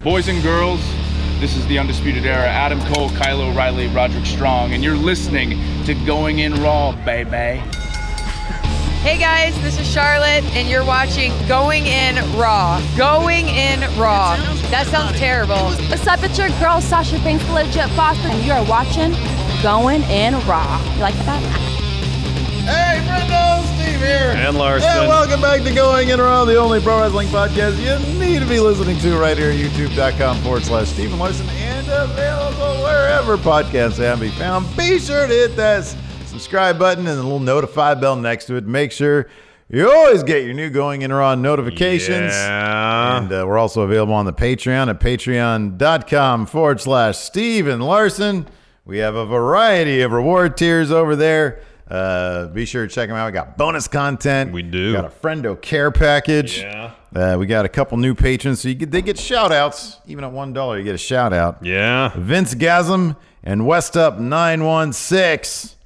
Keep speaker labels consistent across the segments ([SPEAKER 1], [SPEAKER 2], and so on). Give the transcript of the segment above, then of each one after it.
[SPEAKER 1] Boys and girls, this is the Undisputed Era. Adam Cole, Kylo Riley, Roderick Strong, and you're listening to Going In Raw, baby.
[SPEAKER 2] Hey guys, this is Charlotte, and you're watching Going In Raw. Going In Raw. That sounds terrible.
[SPEAKER 3] What's up? It's your girl Sasha Banks, the legit boss, and you are watching Going In Raw. You like that?
[SPEAKER 4] Hey, Brendo, Steve here.
[SPEAKER 5] And Larson.
[SPEAKER 4] And welcome back to Going In Raw, the only pro wrestling podcast you need to be listening to right here at youtube.com forward slash Steven Larson and available wherever podcasts can be found. Be sure to hit that subscribe button and the little notify bell next to it. Make sure you always get your new Going In Raw notifications.
[SPEAKER 5] Yeah.
[SPEAKER 4] And uh, we're also available on the Patreon at patreon.com forward slash Steven Larson. We have a variety of reward tiers over there. Uh, be sure to check them out. We got bonus content.
[SPEAKER 5] We do.
[SPEAKER 4] got a friendo care package.
[SPEAKER 5] Yeah.
[SPEAKER 4] Uh, we got a couple new patrons, so you get, they get shout outs. Even at one dollar, you get a shout out.
[SPEAKER 5] yeah.
[SPEAKER 4] Vince Gasm and West Up nine one six.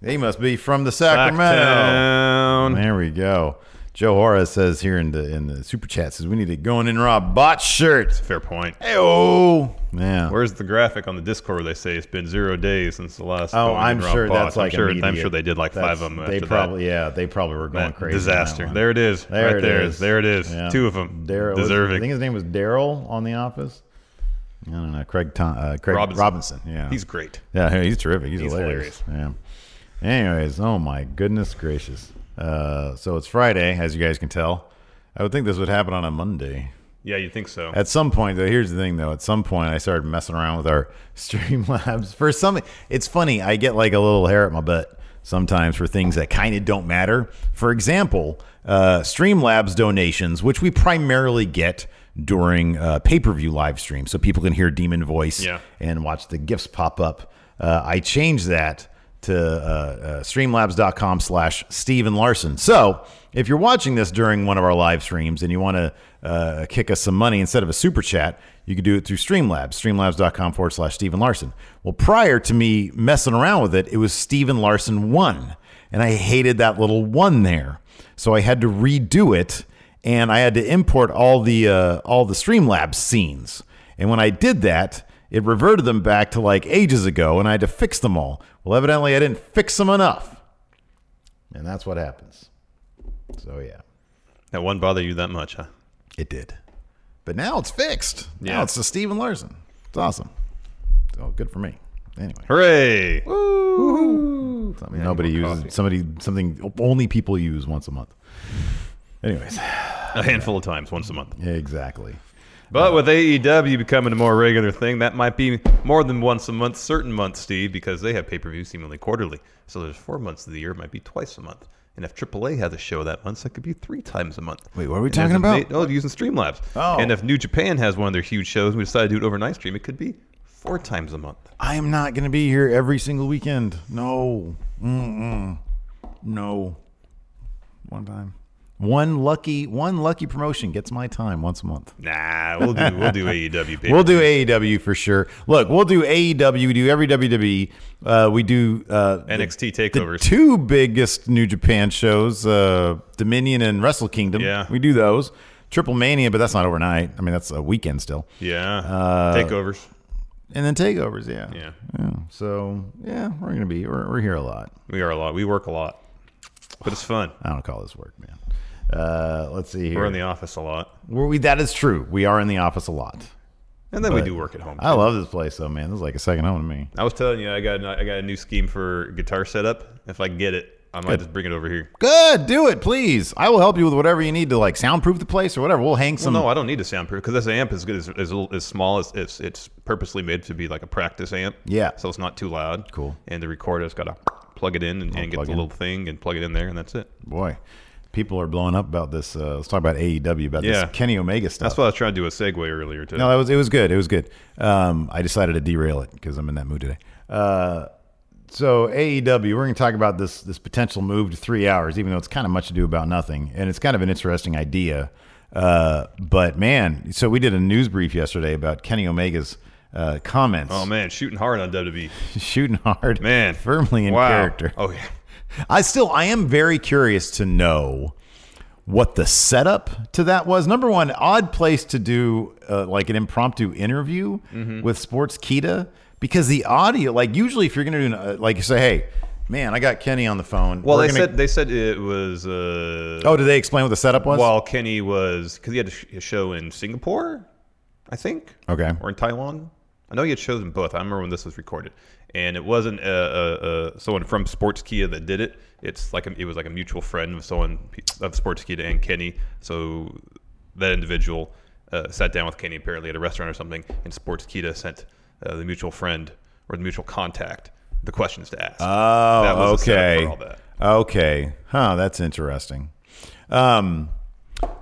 [SPEAKER 4] They must be from the Sacramento.
[SPEAKER 5] Smackdown.
[SPEAKER 4] There we go. Joe Horace says here in the in the super chat says we need a going in raw bot shirt.
[SPEAKER 5] Fair point.
[SPEAKER 4] Oh yeah.
[SPEAKER 5] Where's the graphic on the Discord where they say it's been zero days since the last?
[SPEAKER 4] Oh,
[SPEAKER 5] Going In
[SPEAKER 4] I'm
[SPEAKER 5] Raw
[SPEAKER 4] sure
[SPEAKER 5] bot?
[SPEAKER 4] that's like
[SPEAKER 5] I'm sure, I'm
[SPEAKER 4] immediate.
[SPEAKER 5] sure they did like
[SPEAKER 4] That's-
[SPEAKER 5] five of them.
[SPEAKER 4] They
[SPEAKER 5] after
[SPEAKER 4] probably
[SPEAKER 5] that.
[SPEAKER 4] yeah, they probably were going
[SPEAKER 5] That
[SPEAKER 4] crazy. on that
[SPEAKER 5] disaster.
[SPEAKER 4] one.
[SPEAKER 5] There it is.
[SPEAKER 4] There
[SPEAKER 5] right
[SPEAKER 4] it
[SPEAKER 5] there.
[SPEAKER 4] is.
[SPEAKER 5] There it is.
[SPEAKER 4] Yeah.
[SPEAKER 5] Two of them.
[SPEAKER 4] Daryl was-
[SPEAKER 5] deserving.
[SPEAKER 4] I think his name was Daryl on The Office. I don't know. Craig Tom, uh, Craig Robinson.
[SPEAKER 5] Robinson.
[SPEAKER 4] Yeah,
[SPEAKER 5] He's great.
[SPEAKER 4] yeah, he's terrific. He's,
[SPEAKER 5] He's
[SPEAKER 4] hilarious. Yeah. Anyways, oh my goodness gracious. Uh, so it's Friday, as you guys can tell. I would think this would happen on a Monday.
[SPEAKER 5] Yeah, you think so?
[SPEAKER 4] At some point, though, here's the thing, though. At some point, I started messing around with our Streamlabs. For some, it's funny. I get like a little hair at my butt sometimes for things that kind of don't matter. For example, uh, Streamlabs donations, which we primarily get during uh, pay per view live streams, so people can hear Demon Voice
[SPEAKER 5] Yeah.
[SPEAKER 4] and watch the gifts pop up. Uh, I changed that to uh, uh, streamlabs.com slash Steven Larson. So if you're watching this during one of our live streams and you want to uh, kick us some money instead of a super chat, you can do it through Streamlabs, streamlabs.com forward slash Steven Larson. Well, prior to me messing around with it, it was Steven Larson 1. And I hated that little one there. So I had to redo it and I had to import all the uh, all the Streamlabs scenes. And when I did that, it reverted them back to like ages ago, and I had to fix them all. Well, evidently, I didn't fix them enough. And that's what happens. So, yeah,
[SPEAKER 5] that one bother you that much, huh?
[SPEAKER 4] it did. But now it's fixed. Now
[SPEAKER 5] Yeah.
[SPEAKER 4] it's the Steven Larson. It's awesome. So, good for me. Anyway,
[SPEAKER 5] Hooray!
[SPEAKER 4] something nobody uses, somebody, something only people use once a month. Anyways,
[SPEAKER 5] A handful of times, once a month.
[SPEAKER 4] exactly.
[SPEAKER 5] But with AEW becoming a more regular thing, that might be more than once a month, certain months, Steve, because they have pay per view seemingly quarterly. So there's four months of the year, it might be twice a month. And if AAA has a show that month, that could be three times a month.
[SPEAKER 4] Wait, what are we
[SPEAKER 5] And
[SPEAKER 4] talking
[SPEAKER 5] if
[SPEAKER 4] about?
[SPEAKER 5] They, oh, using Streamlabs.
[SPEAKER 4] Oh.
[SPEAKER 5] And if New Japan has one of their huge shows and we decide to do it over night stream, it could be four times a month.
[SPEAKER 4] I am not going to be here every single weekend. No. Mm-mm. No. One time. One lucky one lucky promotion gets my time once a month.
[SPEAKER 5] Nah, we'll do we'll do E AEW. Pay
[SPEAKER 4] We'll do AEW for sure. Look, we'll do AEW. We do every WWE. Uh, we do uh,
[SPEAKER 5] NXT
[SPEAKER 4] the
[SPEAKER 5] takeovers.
[SPEAKER 4] two biggest New Japan shows, uh, Dominion and Wrestle Kingdom.
[SPEAKER 5] Yeah.
[SPEAKER 4] we do those. Triple Mania, but that's not overnight. I mean, that's a weekend still.
[SPEAKER 5] yeah,
[SPEAKER 4] Uh,
[SPEAKER 5] takeovers.
[SPEAKER 4] And then takeovers. Yeah.
[SPEAKER 5] Yeah,
[SPEAKER 4] Yeah. So yeah, we're gonna be we're, we're here a lot.
[SPEAKER 5] we are a lot. We work a lot, but it's fun.
[SPEAKER 4] I don't call this work, man. Uh, let's see here.
[SPEAKER 5] We're in the office a lot,
[SPEAKER 4] Were we? That is true. We are in the office a lot.
[SPEAKER 5] and then we
[SPEAKER 4] But
[SPEAKER 5] do work at home.
[SPEAKER 4] I love this place, though, man. This is like a second home to me.
[SPEAKER 5] I was telling you, I got I got a new scheme for guitar setup. If I get it, I might just bring it over here.
[SPEAKER 4] Good, do it, please. I will help you with whatever you need to like soundproof the place or whatever. We'll hang
[SPEAKER 5] Well,
[SPEAKER 4] some.
[SPEAKER 5] no, I don't need a soundproof because this amp is good is is, is small as it's it's purposely made to be like a practice amp.
[SPEAKER 4] Yeah.
[SPEAKER 5] so it's not too loud.
[SPEAKER 4] Cool.
[SPEAKER 5] And the recorder, it's got to plug it in and, and get
[SPEAKER 4] plug
[SPEAKER 5] the
[SPEAKER 4] in.
[SPEAKER 5] little thing and plug it in there, and that's it.
[SPEAKER 4] boy, people are blowing up about this. Uh, let's talk about AEW about
[SPEAKER 5] Yeah.
[SPEAKER 4] this Kenny Omega stuff.
[SPEAKER 5] That's what I was trying to do a segue earlier today.
[SPEAKER 4] No, that was it was good. It was good. Um, I decided to derail it because I'm in that mood today. Uh, so AEW, we're going to talk about this this potential move to three hours, even though it's kind of much ado about nothing, and it's kind of an interesting idea. Uh, but man, so we did a news brief yesterday about Kenny Omega's uh, comments.
[SPEAKER 5] oh man, shooting hard on WWE.
[SPEAKER 4] shooting hard,
[SPEAKER 5] Man,
[SPEAKER 4] firmly in
[SPEAKER 5] wow.
[SPEAKER 4] character.
[SPEAKER 5] Oh yeah.
[SPEAKER 4] I still I am very curious to know what the setup to that was. Number one, odd place to do uh, like an impromptu interview
[SPEAKER 5] Mm-hmm.
[SPEAKER 4] with Sports Kita because the audio, like usually if you're gonna do an, uh, like you say, hey, man, I got Kenny on the phone.
[SPEAKER 5] Well,
[SPEAKER 4] We're
[SPEAKER 5] they
[SPEAKER 4] gonna-
[SPEAKER 5] said they said it was uh,
[SPEAKER 4] oh, did they explain what the setup was?
[SPEAKER 5] while Kenny was because he had a, sh- a show in Singapore, I think.
[SPEAKER 4] Okay.
[SPEAKER 5] Or in Taiwan. I know he had shows in both. I remember when this was recorded, and it wasn't uh, uh, uh, someone from Sports Kia that did it. It's like a, it was like a mutual friend of someone of Sports Kia and Kenny. So that individual uh, sat down with Kenny apparently at a restaurant or something, and Sports Kia sent uh, the mutual friend or the mutual contact the questions to ask.
[SPEAKER 4] Oh,
[SPEAKER 5] that was the setup
[SPEAKER 4] okay.
[SPEAKER 5] for all that.
[SPEAKER 4] Okay. Huh, that's interesting. Um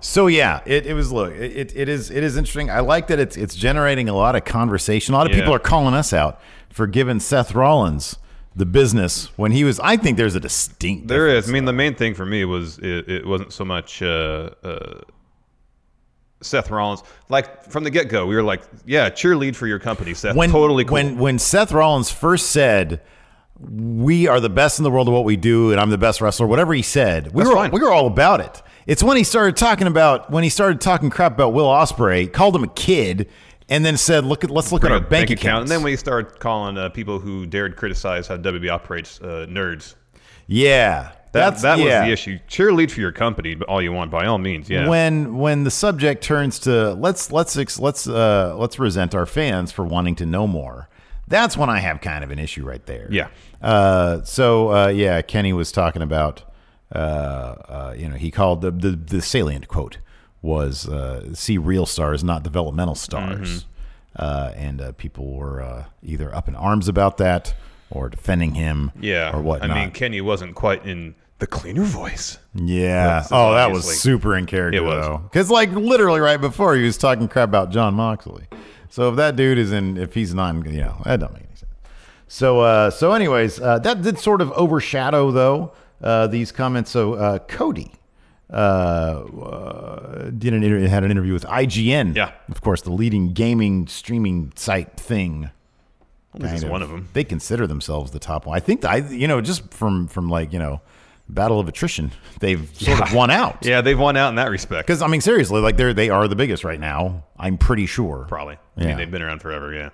[SPEAKER 4] so yeah, it, it was look, it, it- it is it is interesting. I like that it's it's generating a lot of conversation. A lot of people
[SPEAKER 5] Yeah.
[SPEAKER 4] are calling us out for giving Seth Rollins the business when he was I think there's a distinct
[SPEAKER 5] There
[SPEAKER 4] difference.
[SPEAKER 5] is. I mean, the main thing for me was it, it wasn't so much uh, uh, Seth Rollins. Like from the get go, we were like, yeah, cheerlead for your company, Seth.
[SPEAKER 4] when
[SPEAKER 5] totally cool.
[SPEAKER 4] when when Seth Rollins first said we are the best in the world at what we do and I'm the best wrestler whatever he said we
[SPEAKER 5] That's
[SPEAKER 4] were
[SPEAKER 5] fine.
[SPEAKER 4] we were all about it it's when he started talking about when he started talking crap about Will Osprey called him a kid and then said look at let's look at
[SPEAKER 5] Got
[SPEAKER 4] our bank, account
[SPEAKER 5] and then we started calling uh, people who dared criticize how WB operates uh, nerds.
[SPEAKER 4] yeah
[SPEAKER 5] That,
[SPEAKER 4] that's
[SPEAKER 5] that
[SPEAKER 4] yeah.
[SPEAKER 5] was the issue. Cheerlead for your company, but all you want, by all means, yeah.
[SPEAKER 4] when when the subject turns to let's let's ex- let's uh, let's resent our fans for wanting to know more. That's when I have kind of an issue right there.
[SPEAKER 5] Yeah.
[SPEAKER 4] Uh, so uh, yeah, Kenny was talking about uh, uh, you know he called the the, the salient quote was uh, see real stars, not developmental stars.
[SPEAKER 5] Mm-hmm.
[SPEAKER 4] Uh, and uh, people were uh, either up in arms about that or defending him,
[SPEAKER 5] yeah,
[SPEAKER 4] or whatnot.
[SPEAKER 5] I mean, Kenny wasn't quite in the cleaner voice.
[SPEAKER 4] Yeah.
[SPEAKER 5] That's
[SPEAKER 4] Oh, that was
[SPEAKER 5] obviously-
[SPEAKER 4] super in character
[SPEAKER 5] It was.
[SPEAKER 4] though. Because like literally right before he was talking crap about John Moxley. So if that dude is in, if he's not, in, you know, that do not make any sense. So uh, so anyways, uh, that did sort of overshadow though uh, these comments. So uh, Cody uh, uh, did an inter- had an interview with IGN.
[SPEAKER 5] Yeah.
[SPEAKER 4] Of course, the leading gaming streaming site thing
[SPEAKER 5] This is
[SPEAKER 4] kind
[SPEAKER 5] one of them.
[SPEAKER 4] They consider themselves the top one. I think that I, you know, just from from like you know, battle of attrition, they've sort of won out.
[SPEAKER 5] Yeah, they've won out in that respect.
[SPEAKER 4] Because I mean, seriously, like they're they are the biggest right now. I'm pretty sure.
[SPEAKER 5] Probably. I
[SPEAKER 4] Yeah.
[SPEAKER 5] mean, they've been around forever. Yeah.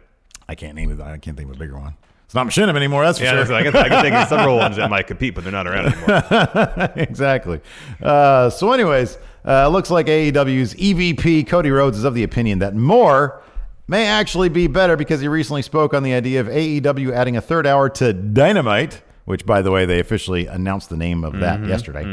[SPEAKER 4] I can't name it. I can't think of a bigger one. It's not Machinima anymore. That's for
[SPEAKER 5] Yeah,
[SPEAKER 4] sure.
[SPEAKER 5] that's- I, can, I can think of several ones that might compete, but they're not around anymore.
[SPEAKER 4] exactly. Uh, so, anyways, uh, looks like AEW's EVP E Cody Rhodes is of the opinion that more may actually be better because he recently spoke on the idea of AEW adding a third hour to Dynamite. Which, by the way, they officially announced the name of that yesterday.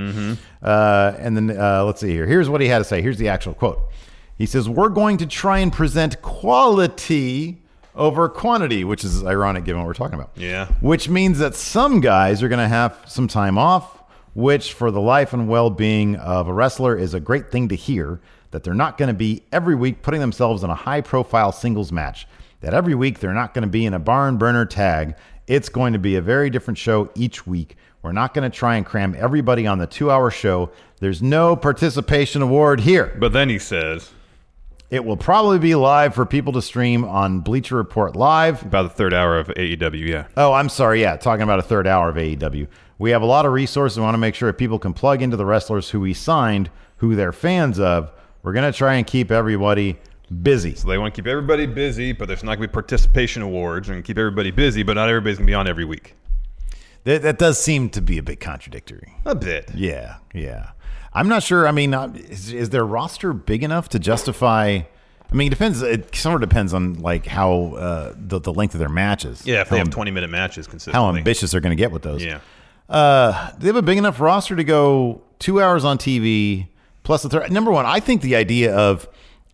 [SPEAKER 4] Uh, and then uh, let's see here. Here's what he had to say. Here's the actual quote. He says, We're going to try and present quality over quantity, which is ironic given what we're talking about
[SPEAKER 5] Yeah.
[SPEAKER 4] which means that some guys are going to have some time off, which for the life and well being of a wrestler is a great thing to hear that they're not going to be every week putting themselves in a high profile singles match, that every week they're not going to be in a barn burner tag. It's going to be a very different show each week. We're not going to try and cram everybody on the two hour show. There's no participation award here.
[SPEAKER 5] But then he says,
[SPEAKER 4] It will probably be live for people to stream on Bleacher Report Live.
[SPEAKER 5] about the third hour of AEW, yeah.
[SPEAKER 4] Oh, I'm sorry. Yeah, talking about a third hour of AEW. We have a lot of resources. We want to make sure that people can plug into the wrestlers who we signed, who they're fans of. We're going to try and keep everybody busy.
[SPEAKER 5] So they want to keep everybody busy, but there's not going to be participation awards and keep everybody busy, but not everybody's going to be on every week.
[SPEAKER 4] That, that does seem to be a bit contradictory.
[SPEAKER 5] A bit.
[SPEAKER 4] Yeah, yeah. I'm not sure. I mean, uh, is, is their roster big enough to justify? I mean, it depends. It sort of depends on like how uh, the, the length of their matches.
[SPEAKER 5] Yeah, if
[SPEAKER 4] how,
[SPEAKER 5] they have
[SPEAKER 4] am-
[SPEAKER 5] 20 minute matches consistently.
[SPEAKER 4] how ambitious they're going to get with those.
[SPEAKER 5] Yeah.
[SPEAKER 4] Uh, they have a big enough roster to go two hours on TV plus the third. Number one, I think the idea of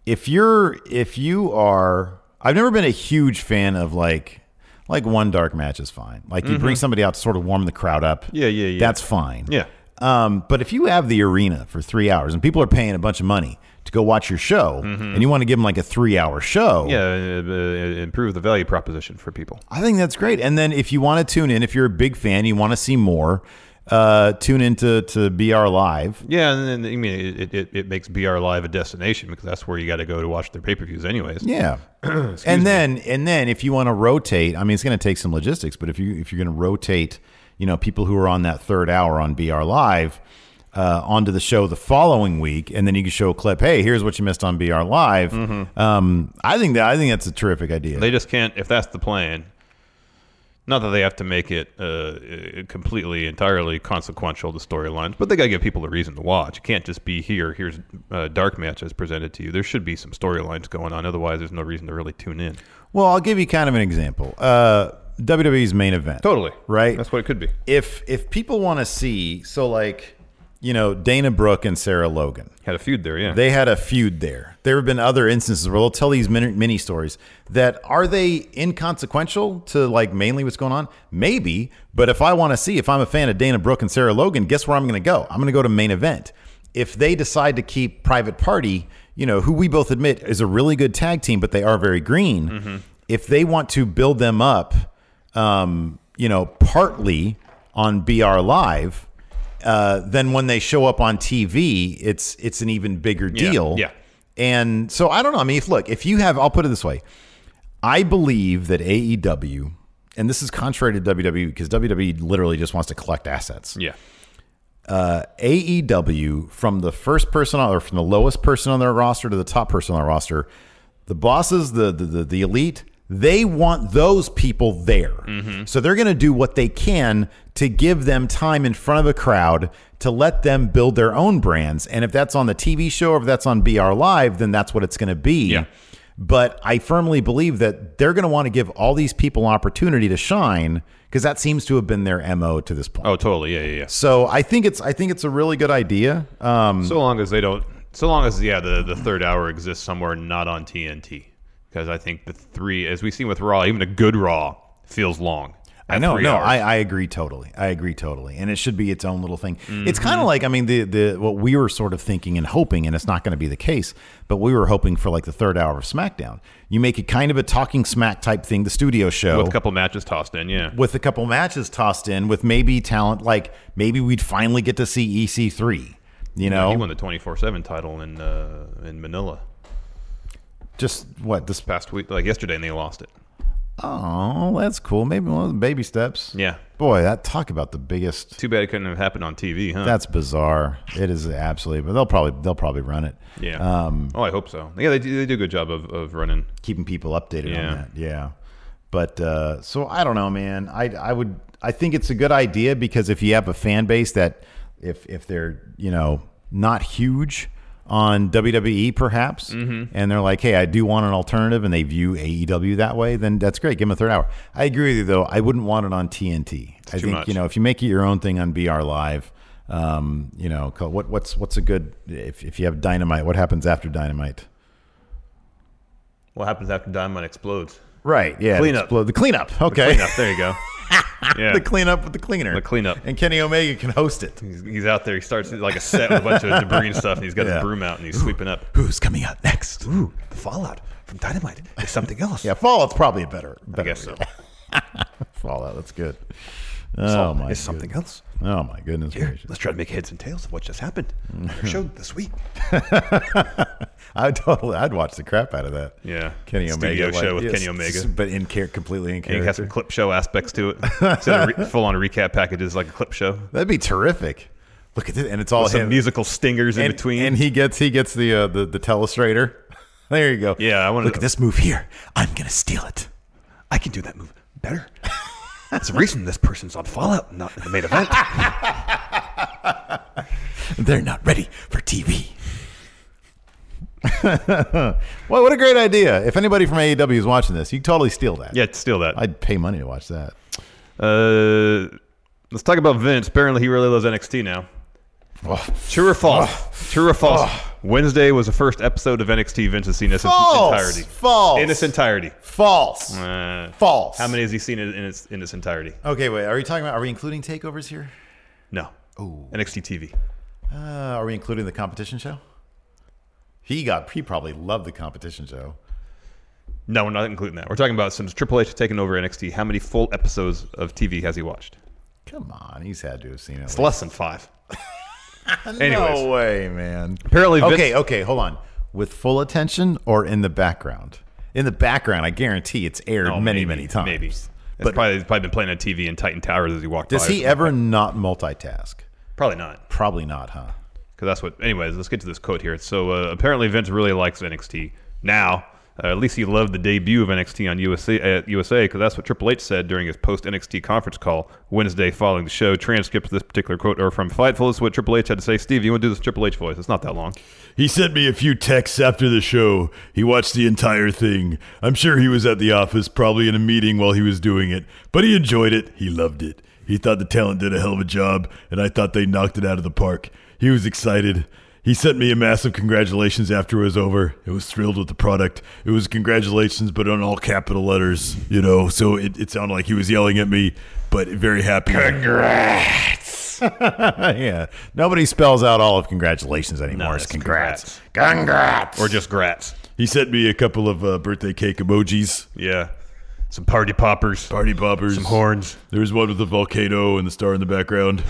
[SPEAKER 4] if you're if you are, I've never been a huge fan of like like one dark match is fine. Like you bring somebody out to sort of warm the crowd up.
[SPEAKER 5] Mm-hmm. Yeah, yeah, yeah.
[SPEAKER 4] That's fine.
[SPEAKER 5] Yeah.
[SPEAKER 4] Um, but if you have the arena for three hours and people are paying a bunch of money to go watch your show and you want to give them like a three hour show,
[SPEAKER 5] Mm-hmm. Yeah, uh, uh, improve the value proposition for people.
[SPEAKER 4] I think that's great. And then if you want to tune in, if you're a big fan, you want to see more, uh, tune in to, to BR Live.
[SPEAKER 5] Yeah, and then I mean it, it- it, it makes BR Live a destination because that's where you got to go to watch their pay per views, anyways.
[SPEAKER 4] Yeah. and then and then if you want to rotate, I mean it's going to take some logistics, but if you if you're going to rotate, you know, people who are on that third hour on BR Live uh, onto the show the following week, and then you can show a clip. Hey, here's what you missed on BR Live. Um, I think that I think that's a terrific idea.
[SPEAKER 5] They just can't if that's the plan. Not that they have to make it uh, uh, completely, entirely consequential to storylines, but they gotta give people a reason to watch. It can't just be here. Here's uh, dark matches presented to you. There should be some storylines going on. Otherwise, there's no reason to really tune in.
[SPEAKER 4] well, I'll give you kind of an example. Uh, WWE's main event. right.
[SPEAKER 5] That's what it could be.
[SPEAKER 4] if if people want to see, so like, you know, Dana Brooke and Sarah Logan.
[SPEAKER 5] Had a feud there, yeah.
[SPEAKER 4] They had a feud there. There have been other instances where they'll tell these mini, mini stories that are they inconsequential to like mainly what's going on? Maybe, but if I want to see, if I'm a fan of Dana Brooke and Sarah Logan, guess where I'm going to go? I'm going to go to main event. If they decide to keep Private Party, you know, who we both admit is a really good tag team, but they are very green. If they want to build them up, um, you know, partly on BR Live, uh, then when they show up on TV, it's it's an even bigger
[SPEAKER 5] Yeah,
[SPEAKER 4] deal.
[SPEAKER 5] yeah.
[SPEAKER 4] And so I don't know. I mean, if, look, if you have, I'll put it this way. I believe that AEW, and this is contrary to E, WWE because WWE literally just wants to collect assets.
[SPEAKER 5] yeah.
[SPEAKER 4] AEW, E from the first person on, or from the lowest person on their roster to the top person on their roster, the bosses, the the, the, the elite, they want those people there. So they're going to do what they can to give them time in front of a crowd to let them build their own brands. And if that's on the TV show or if that's on BR Live, then that's what it's going to be.
[SPEAKER 5] Yeah.
[SPEAKER 4] But I firmly believe that they're going to want to give all these people opportunity to shine because that seems to have been their MO to this point.
[SPEAKER 5] Oh, totally. Yeah, yeah, yeah.
[SPEAKER 4] So I think it's I think it's a really good idea. Um,
[SPEAKER 5] So long as they don't, so long as yeah, the the third hour exists somewhere not on TNT, because I think the three, as we seen with Raw, even a good Raw feels long.
[SPEAKER 4] I
[SPEAKER 5] At
[SPEAKER 4] know,
[SPEAKER 5] three
[SPEAKER 4] no,
[SPEAKER 5] hours.
[SPEAKER 4] I, I agree totally. I agree totally, and it should be its own little thing. It's
[SPEAKER 5] Mm-hmm.
[SPEAKER 4] kind of like I mean the the what we were sort of thinking and hoping, and it's not going to be the case. But we were hoping for like the third hour of SmackDown. You make it kind of a talking smack type thing, the studio show
[SPEAKER 5] with a couple matches tossed in, yeah.
[SPEAKER 4] with a couple matches tossed in, with maybe talent like maybe we'd finally get to see EC3. You know,
[SPEAKER 5] He won the twenty four seven title in uh, in Manila
[SPEAKER 4] just what this.
[SPEAKER 5] past week, like yesterday, and they lost it.
[SPEAKER 4] Oh, that's cool. Maybe one of the baby steps.
[SPEAKER 5] Yeah.
[SPEAKER 4] Boy, that talk about the biggest.
[SPEAKER 5] Too bad it couldn't have happened on TV, huh?
[SPEAKER 4] That's bizarre. It is absolutely, but they'll probably they'll probably run it.
[SPEAKER 5] yeah.
[SPEAKER 4] Um,
[SPEAKER 5] oh, I hope so. Yeah, they do, they do a good job of, of running.
[SPEAKER 4] keeping people updated
[SPEAKER 5] Yeah.
[SPEAKER 4] on that. Yeah. But uh, so I don't know, man. I I would I think it's a good idea because if you have a fan base that if if they're you know not huge on WWE perhaps,
[SPEAKER 5] Mm-hmm.
[SPEAKER 4] and they're like, hey, I do want an alternative, and they view AEW that way, then that's great. Give them a third hour. I agree with you though. I wouldn't want it on TNT. I
[SPEAKER 5] too
[SPEAKER 4] think
[SPEAKER 5] much.
[SPEAKER 4] you know if you make it your own thing on BR Live. Um, you know, call- what what's what's a good if if you have dynamite, what happens after dynamite?
[SPEAKER 5] What happens after Diamond explodes?
[SPEAKER 4] Right. Yeah.
[SPEAKER 5] Cleanup.
[SPEAKER 4] explode- The cleanup. Okay.
[SPEAKER 5] Cleanup. There you go. Yeah.
[SPEAKER 4] the cleanup with the cleaner.
[SPEAKER 5] The cleanup.
[SPEAKER 4] And Kenny Omega can host it.
[SPEAKER 5] He's, he's out there. He starts like a set with a bunch of debris and stuff, and he's got
[SPEAKER 4] Yeah.
[SPEAKER 5] his broom out and he's sweeping up.
[SPEAKER 4] Who's coming up next?
[SPEAKER 6] Ooh, the fallout from dynamite is something else.
[SPEAKER 4] Yeah, Fallout's probably a better.
[SPEAKER 5] I
[SPEAKER 4] better
[SPEAKER 5] guess so.
[SPEAKER 4] Fallout, that's good. Oh my.
[SPEAKER 6] Is something else.
[SPEAKER 4] goodness. Oh my goodness
[SPEAKER 6] Here,
[SPEAKER 4] gracious.
[SPEAKER 6] let's try to make heads and tails of what just happened. Our show this week.
[SPEAKER 4] I totally. I'd watch the crap out of that.
[SPEAKER 5] Yeah.
[SPEAKER 4] Kenny
[SPEAKER 5] Studio
[SPEAKER 4] Omega
[SPEAKER 5] show with
[SPEAKER 4] yes,
[SPEAKER 5] Kenny Omega.
[SPEAKER 4] but in care completely in
[SPEAKER 5] And it has some
[SPEAKER 4] character.
[SPEAKER 5] clip show aspects to it. Instead of re- full on recap packages like a clip show.
[SPEAKER 4] That'd be terrific. Look at this, and it's all
[SPEAKER 5] Some
[SPEAKER 4] Oh, him.
[SPEAKER 5] musical stingers in
[SPEAKER 4] and,
[SPEAKER 5] between.
[SPEAKER 4] and he gets he gets the uh, the the telestrator. There you go.
[SPEAKER 5] yeah, I want
[SPEAKER 6] Look at
[SPEAKER 5] to.
[SPEAKER 6] this move here. I'm gonna steal it. I can do that move better. That's the reason this person's on Fallout, not in the main event. They're not ready for TV.
[SPEAKER 4] Well, what a great idea. If anybody from AEW is watching this, you can totally steal that.
[SPEAKER 5] Yeah, steal that.
[SPEAKER 4] I'd pay money to watch that.
[SPEAKER 5] Uh, let's talk about Vince. Apparently, he really loves NXT now. True or false? True or false? Wednesday was the first episode of NXT Vince has seen in its
[SPEAKER 4] False.
[SPEAKER 5] entirety.
[SPEAKER 4] False.
[SPEAKER 5] In its entirety.
[SPEAKER 4] False.
[SPEAKER 5] Uh,
[SPEAKER 4] False.
[SPEAKER 5] How many has he seen in in its in its entirety?
[SPEAKER 4] Okay, wait. Are we talking about? Are we including takeovers here?
[SPEAKER 5] No. Oh. NXT TV.
[SPEAKER 4] Uh, are we including the competition show? He got he probably loved the competition show.
[SPEAKER 5] No, we're not including that. We're talking about since Triple H has taken over NXT, how many full episodes of TV has he watched?
[SPEAKER 4] Come on, he's had to have seen it.
[SPEAKER 5] It's less than five. Anyways.
[SPEAKER 4] No way, man.
[SPEAKER 5] Apparently Vince-
[SPEAKER 4] okay, okay, hold on. With full attention or in the background? In the background, I guarantee it's aired
[SPEAKER 5] Oh,
[SPEAKER 4] many,
[SPEAKER 5] maybe,
[SPEAKER 4] many times.
[SPEAKER 5] Maybe. It's
[SPEAKER 4] But-
[SPEAKER 5] probably, probably been playing on TV in Titan Towers as he walked
[SPEAKER 4] Does
[SPEAKER 5] by.
[SPEAKER 4] he ever not multitask?
[SPEAKER 5] Probably not.
[SPEAKER 4] Probably not, huh?
[SPEAKER 5] Because that's what. Anyways, let's get to this quote here. So uh, apparently Vince really likes NXT now. Uh, at least he loved the debut of NXT on USA at USA because that's what Triple H said during his post NXT conference call Wednesday following the show. Transcripts of this particular quote are from Fightful. This is what Triple H had to say. Steve, you want to do this Triple H voice? It's not that long.
[SPEAKER 7] He sent me a few texts after the show. He watched the entire thing. I'm sure he was at the office, probably in a meeting while he was doing it, but he enjoyed it. He loved it. He thought the talent did a hell of a job, and I thought they knocked it out of the park. He was excited. He sent me a massive congratulations after it was over. It was thrilled with the product. It was congratulations, but on all capital letters, you know, so it, it sounded like he was yelling at me, but very happy.
[SPEAKER 4] yeah. Nobody spells out all of congratulations anymore.
[SPEAKER 5] No,
[SPEAKER 4] it's
[SPEAKER 5] it's
[SPEAKER 4] congrats. Congrats.
[SPEAKER 5] Or just grats.
[SPEAKER 7] He sent me a couple of uh, birthday cake emojis.
[SPEAKER 5] Yeah. Some party poppers.
[SPEAKER 7] Party poppers.
[SPEAKER 5] Some horns.
[SPEAKER 7] There was one with the volcano and the star in the background.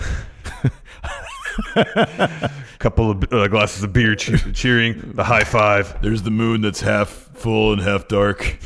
[SPEAKER 5] couple of uh, glasses of beer che- cheering, the high five,
[SPEAKER 7] There's the moon that's half full and half dark.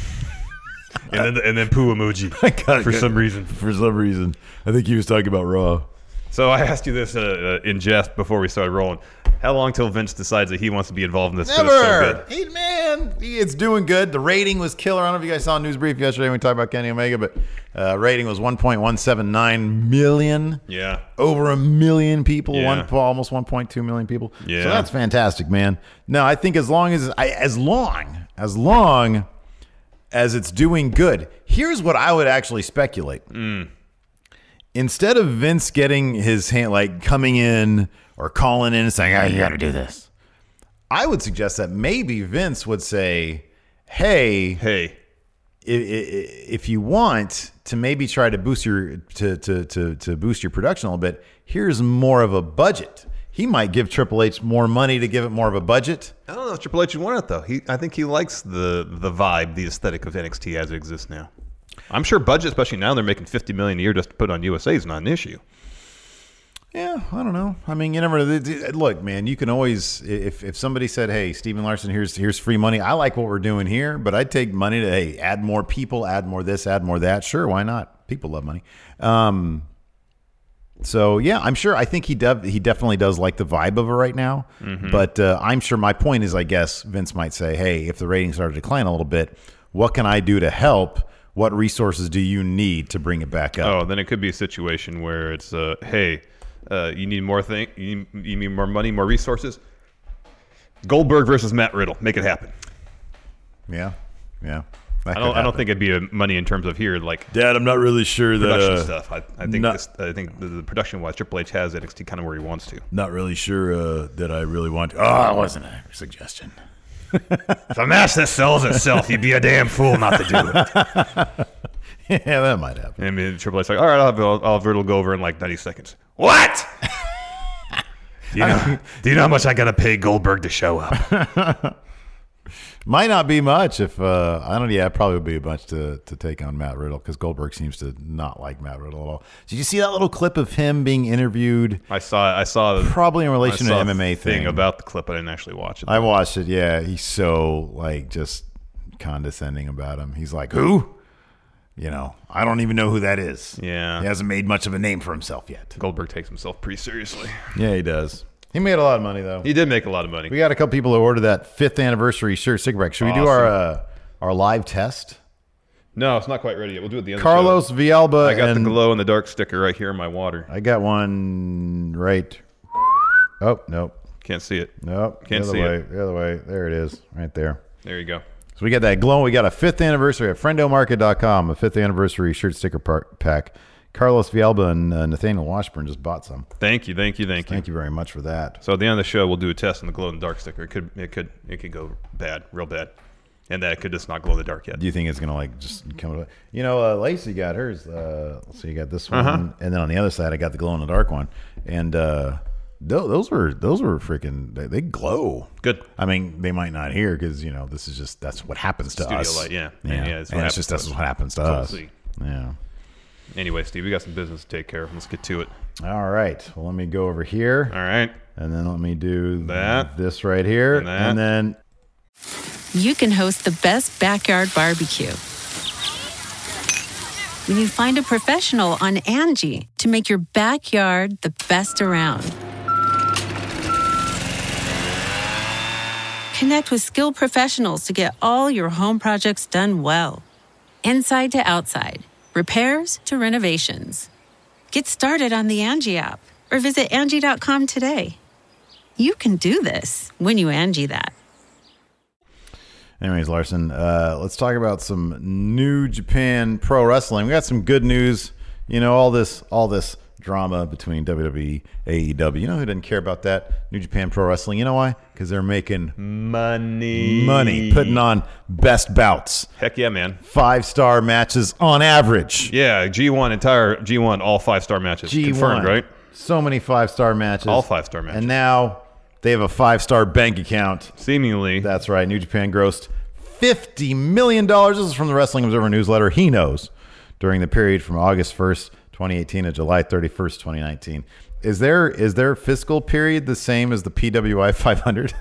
[SPEAKER 5] and then and then poo emoji
[SPEAKER 7] gotta
[SPEAKER 5] for
[SPEAKER 7] go-
[SPEAKER 5] some reason.
[SPEAKER 7] For some reason, I think he was talking about Raw.
[SPEAKER 5] So I asked you this uh, uh, in jest before we started rolling. How long till Vince decides that he wants to be involved in this? 'Cause it's so
[SPEAKER 4] Never.
[SPEAKER 5] good.
[SPEAKER 4] Hey, man, it's doing good. The rating was killer. I don't know if you guys saw a news brief yesterday when we talked about Kenny Omega, but uh, rating was 1.179 million.
[SPEAKER 5] Yeah.
[SPEAKER 4] Over a million people,
[SPEAKER 5] Yeah.
[SPEAKER 4] one almost 1.2 million people.
[SPEAKER 5] Yeah.
[SPEAKER 4] So that's fantastic, man. No, I think as long as I, as long as long as it's doing good. Here's what I would actually speculate
[SPEAKER 5] Hmm.
[SPEAKER 4] instead of Vince getting his hand, like coming in or calling in and saying, oh, you got to do this, I would suggest that maybe Vince would say, hey,
[SPEAKER 5] Hey,
[SPEAKER 4] if, if you want to maybe try to boost your to, to, to, to boost your production a little bit, here's more of a budget. He might give Triple H more money to give it more of a budget.
[SPEAKER 5] I don't know if Triple H would want it though. He, I think he likes the the vibe, the aesthetic of NXT as it exists now. I'm sure budget, especially now, they're making 50 million a year just to put on USA is not an issue.
[SPEAKER 4] Yeah, I don't know. I mean, you never th- th- look, man. You can always if if somebody said, "Hey, Stephen Larson, here's here's free money. I like what we're doing here, but I'd take money to hey, add more people, add more this, add more that." Sure, why not? People love money. Um, so yeah, I'm sure. I think he def- he definitely does like the vibe of it right now. But uh, I'm sure my point is, I guess Vince might say, "Hey, if the ratings start to decline a little bit, what can I do to help? What resources do you need to bring it back up?"
[SPEAKER 5] Oh, then it could be a situation where it's, uh, hey, uh, you need more thing, you need, you need more money, more resources. Goldberg versus Matt Riddle, make it happen.
[SPEAKER 4] Yeah, yeah. That
[SPEAKER 5] I
[SPEAKER 4] could
[SPEAKER 5] don't, I
[SPEAKER 4] happen.
[SPEAKER 5] don't think it'd be a money in terms of here like
[SPEAKER 7] Dad, I'm not really sure that.
[SPEAKER 5] production
[SPEAKER 7] uh,
[SPEAKER 5] stuff. I, I think
[SPEAKER 7] not-
[SPEAKER 5] this, I think the, the production wise, Triple H has NXT kind of where he wants to.
[SPEAKER 7] Not really sure uh, that I really want. Ah, it wasn't a suggestion.
[SPEAKER 5] The match that sells itself, you'd be a damn fool not to do it.
[SPEAKER 4] yeah, that might happen.
[SPEAKER 5] I mean, Triple H's like, all right, I'll have, I'll, I'll have Riddle go over in like 90 seconds. What? do, you know, do you know how much I got to pay Goldberg to show up?
[SPEAKER 4] Might not be much if uh, I don't. Yeah, it probably would be a bunch to to take on Matt Riddle because Goldberg seems to not like Matt Riddle at all. Did you see that little clip of him being interviewed?
[SPEAKER 5] I saw, I saw the-
[SPEAKER 4] Probably in relation
[SPEAKER 5] I
[SPEAKER 4] to
[SPEAKER 5] saw
[SPEAKER 4] MMA
[SPEAKER 5] thing,
[SPEAKER 4] thing.
[SPEAKER 5] about the clip. I didn't actually watch it.
[SPEAKER 4] I watched it. Yeah, he's so like just condescending about him. He's like, who? You know, I don't even know who that is.
[SPEAKER 5] Yeah.
[SPEAKER 4] he hasn't made much of a name for himself yet.
[SPEAKER 5] Goldberg takes himself pretty seriously.
[SPEAKER 4] Yeah, he does. He made a lot of money though.
[SPEAKER 5] He did make a lot of money.
[SPEAKER 4] We got a couple people who ordered that fifth anniversary shirt cigarette. Should we do our uh, our live test?
[SPEAKER 5] No, it's not quite ready yet. We'll do it at the end. of the
[SPEAKER 4] Carlos
[SPEAKER 5] show.
[SPEAKER 4] Vialba.
[SPEAKER 5] I got the
[SPEAKER 4] and-
[SPEAKER 5] glow in the dark sticker right here in my water.
[SPEAKER 4] I got one right. Oh nope,
[SPEAKER 5] Can't see it.
[SPEAKER 4] nope.
[SPEAKER 5] Can't
[SPEAKER 4] the other
[SPEAKER 5] see
[SPEAKER 4] way,
[SPEAKER 5] it.
[SPEAKER 4] the other way. There it is, right there.
[SPEAKER 5] There you go.
[SPEAKER 4] So we got that glow. We got a fifth anniversary at friendomarket.com, a fifth anniversary shirt sticker par- pack. Carlos Vialba and uh, Nathaniel Washburn just bought some.
[SPEAKER 5] Thank you, thank you, thank you.
[SPEAKER 4] Thank you very much for that.
[SPEAKER 5] So at the end of the show, we'll do a test on the glow in the dark sticker. It could, it could, it could go bad, real bad. and that it could just not glow in the dark yet.
[SPEAKER 4] Do you think it's gonna like just come? You know, uh, Lacey got hers. Uh, so you got this one,
[SPEAKER 5] Uh-huh.
[SPEAKER 4] and then on the other side, I got the glow in the dark one, and uh, tho- those were those were freaking. They, they glow.
[SPEAKER 5] Good.
[SPEAKER 4] I mean, they might not hear because you know this is just that's what happens to
[SPEAKER 5] Studio
[SPEAKER 4] us.
[SPEAKER 5] light, yeah.
[SPEAKER 4] yeah,
[SPEAKER 5] Yeah,
[SPEAKER 4] and,
[SPEAKER 5] it's what
[SPEAKER 4] it's just
[SPEAKER 5] happens
[SPEAKER 4] that's
[SPEAKER 5] to us.
[SPEAKER 4] what happens to
[SPEAKER 5] So we'll
[SPEAKER 4] us.
[SPEAKER 5] see.
[SPEAKER 4] Yeah.
[SPEAKER 5] Anyway, Steve, we got some business to take care of. Let's get to it.
[SPEAKER 4] All right. Well, let me go over here. All
[SPEAKER 5] right.
[SPEAKER 4] And then let me do
[SPEAKER 5] That.
[SPEAKER 4] this right here,
[SPEAKER 5] And that.
[SPEAKER 4] and then
[SPEAKER 8] You can host the best backyard barbecue. When you find a professional on Angie to make your backyard the best around. Connect with skilled professionals to get all your home projects done well. Inside to outside, repairs to renovations. Get started on the Angie app or visit Angie.com today. You can do this when you Angie that.
[SPEAKER 4] Anyways, Larson, uh, let's talk about some New Japan Pro Wrestling. We got some good news. You know, all this, all this drama uh, between E, WWE, AEW. You know who doesn't care about that? New Japan Pro Wrestling. You know why? Because they're making
[SPEAKER 5] money,
[SPEAKER 4] money, putting on best bouts,
[SPEAKER 5] Heck yeah, man.
[SPEAKER 4] five star matches on average.
[SPEAKER 5] Yeah, G1 entire G1 all five star matches
[SPEAKER 4] G1.
[SPEAKER 5] confirmed, right?
[SPEAKER 4] So many five star matches.
[SPEAKER 5] All five-star matches.
[SPEAKER 4] And now they have a five star bank account.
[SPEAKER 5] Seemingly.
[SPEAKER 4] That's right. New Japan grossed $50 million. This is from the Wrestling Observer newsletter. He knows during the period from August 1st, 2018 to July 31st, 2019. Is there is their fiscal period the same as the PWI 500?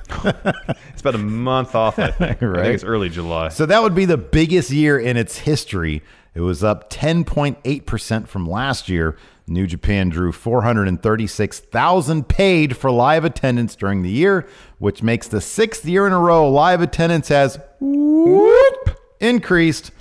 [SPEAKER 5] It's about a month off, I think. I
[SPEAKER 4] Right.
[SPEAKER 5] think it's early July.
[SPEAKER 4] So that would be the biggest year in its history. It was up 10.8% from last year. New Japan drew 436,000 paid for live attendance during the year, which makes the sixth year in a row live attendance has whoop, increased.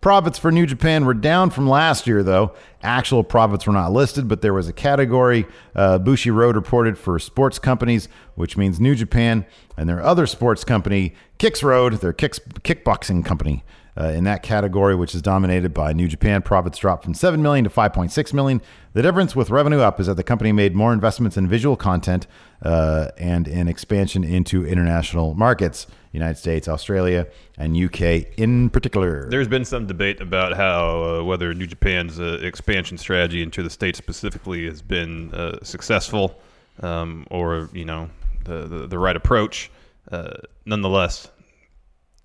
[SPEAKER 4] Profits for New Japan were down from last year, though. Actual profits were not listed, but there was a category uh, Bushi Road reported for sports companies, which means New Japan and their other sports company, Kicks Road, their kicks, kickboxing company. Uh, in that category, which is dominated by New Japan, profits dropped from 7 million to 5.6 million. The difference with revenue up is that the company made more investments in visual content uh, and in expansion into international markets, United States, Australia, and UK in particular.
[SPEAKER 5] There's been some debate about how uh, whether New Japan's uh, expansion strategy into the states specifically has been uh, successful, um, or you know the the, the right approach. Uh, nonetheless,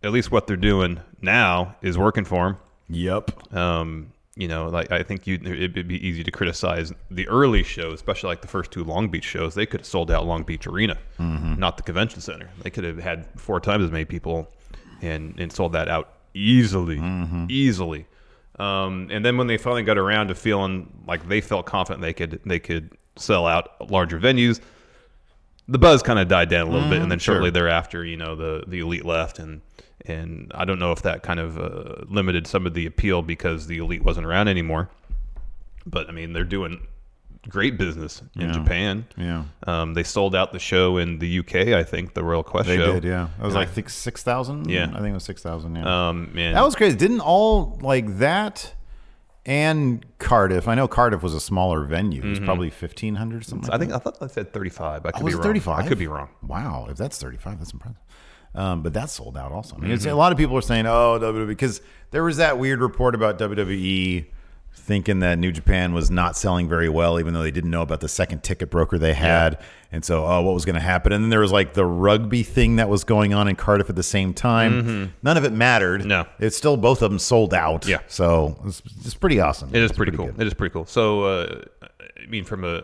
[SPEAKER 5] at least what they're doing now is working for them.
[SPEAKER 4] Yep.
[SPEAKER 5] Um, you know, like I think you it'd be easy to criticize the early shows, especially like the first two Long Beach shows. They could have sold out Long Beach Arena,
[SPEAKER 4] Mhm.
[SPEAKER 5] not the convention center. They could have had four times as many people, and and sold that out easily, easily. Um, and then when they finally got around to feeling like they felt confident they could they could sell out larger venues, the buzz kind of died down a little bit, and then
[SPEAKER 4] Mhm, sure.
[SPEAKER 5] shortly thereafter, you know, the the elite left, and and I don't know if that kind of uh, limited some of the appeal because the elite wasn't around anymore. But I mean, they're doing great business in
[SPEAKER 4] Yeah.
[SPEAKER 5] Japan.
[SPEAKER 4] Yeah.
[SPEAKER 5] um, they sold out the show in the UK. I think the Royal Quest
[SPEAKER 4] They
[SPEAKER 5] show.
[SPEAKER 4] did, yeah. It was
[SPEAKER 5] And
[SPEAKER 4] like think six thousand.
[SPEAKER 5] Yeah.
[SPEAKER 4] I think it was six thousand. Yeah,
[SPEAKER 5] I- um, and
[SPEAKER 4] that was crazy. Didn't all like that and Cardiff? I know Cardiff was a smaller venue. It was
[SPEAKER 5] Mhm.
[SPEAKER 4] probably fifteen hundred something.
[SPEAKER 5] I think I thought I said thirty five. I could
[SPEAKER 4] was
[SPEAKER 5] be wrong.
[SPEAKER 4] thirty five.
[SPEAKER 5] I could be wrong.
[SPEAKER 4] Wow, if that's thirty five, that's impressive. Um, but that's sold out also. I mean, it's,
[SPEAKER 5] Mhm.
[SPEAKER 4] a lot of people are saying, "Oh, WWE," because there was that weird report about WWE thinking that New Japan was not selling very well, even though they didn't know about the second ticket broker they had. And so, oh, what was going to happen? And then there was like the rugby thing that was going on in Cardiff at the same time.
[SPEAKER 5] Mhm.
[SPEAKER 4] None of it mattered. Mm-hmm. No, it's still both of them sold out. Yeah, so it's, it's pretty awesome.
[SPEAKER 5] It is pretty, cool. It is pretty cool. So, uh, I mean, from a,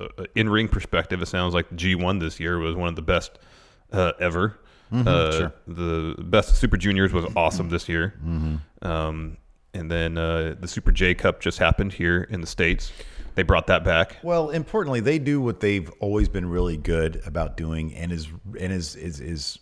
[SPEAKER 5] a, a in-ring perspective, it sounds like G1 this year was one of the best uh, ever.
[SPEAKER 4] Mhm,
[SPEAKER 5] uh,
[SPEAKER 4] sure.
[SPEAKER 5] The best of Super Juniors was awesome this year. Um, and then uh, the Super J Cup just happened here in the states. They brought that back.
[SPEAKER 4] Well, importantly, they do what they've always been really good about doing, and is and is is is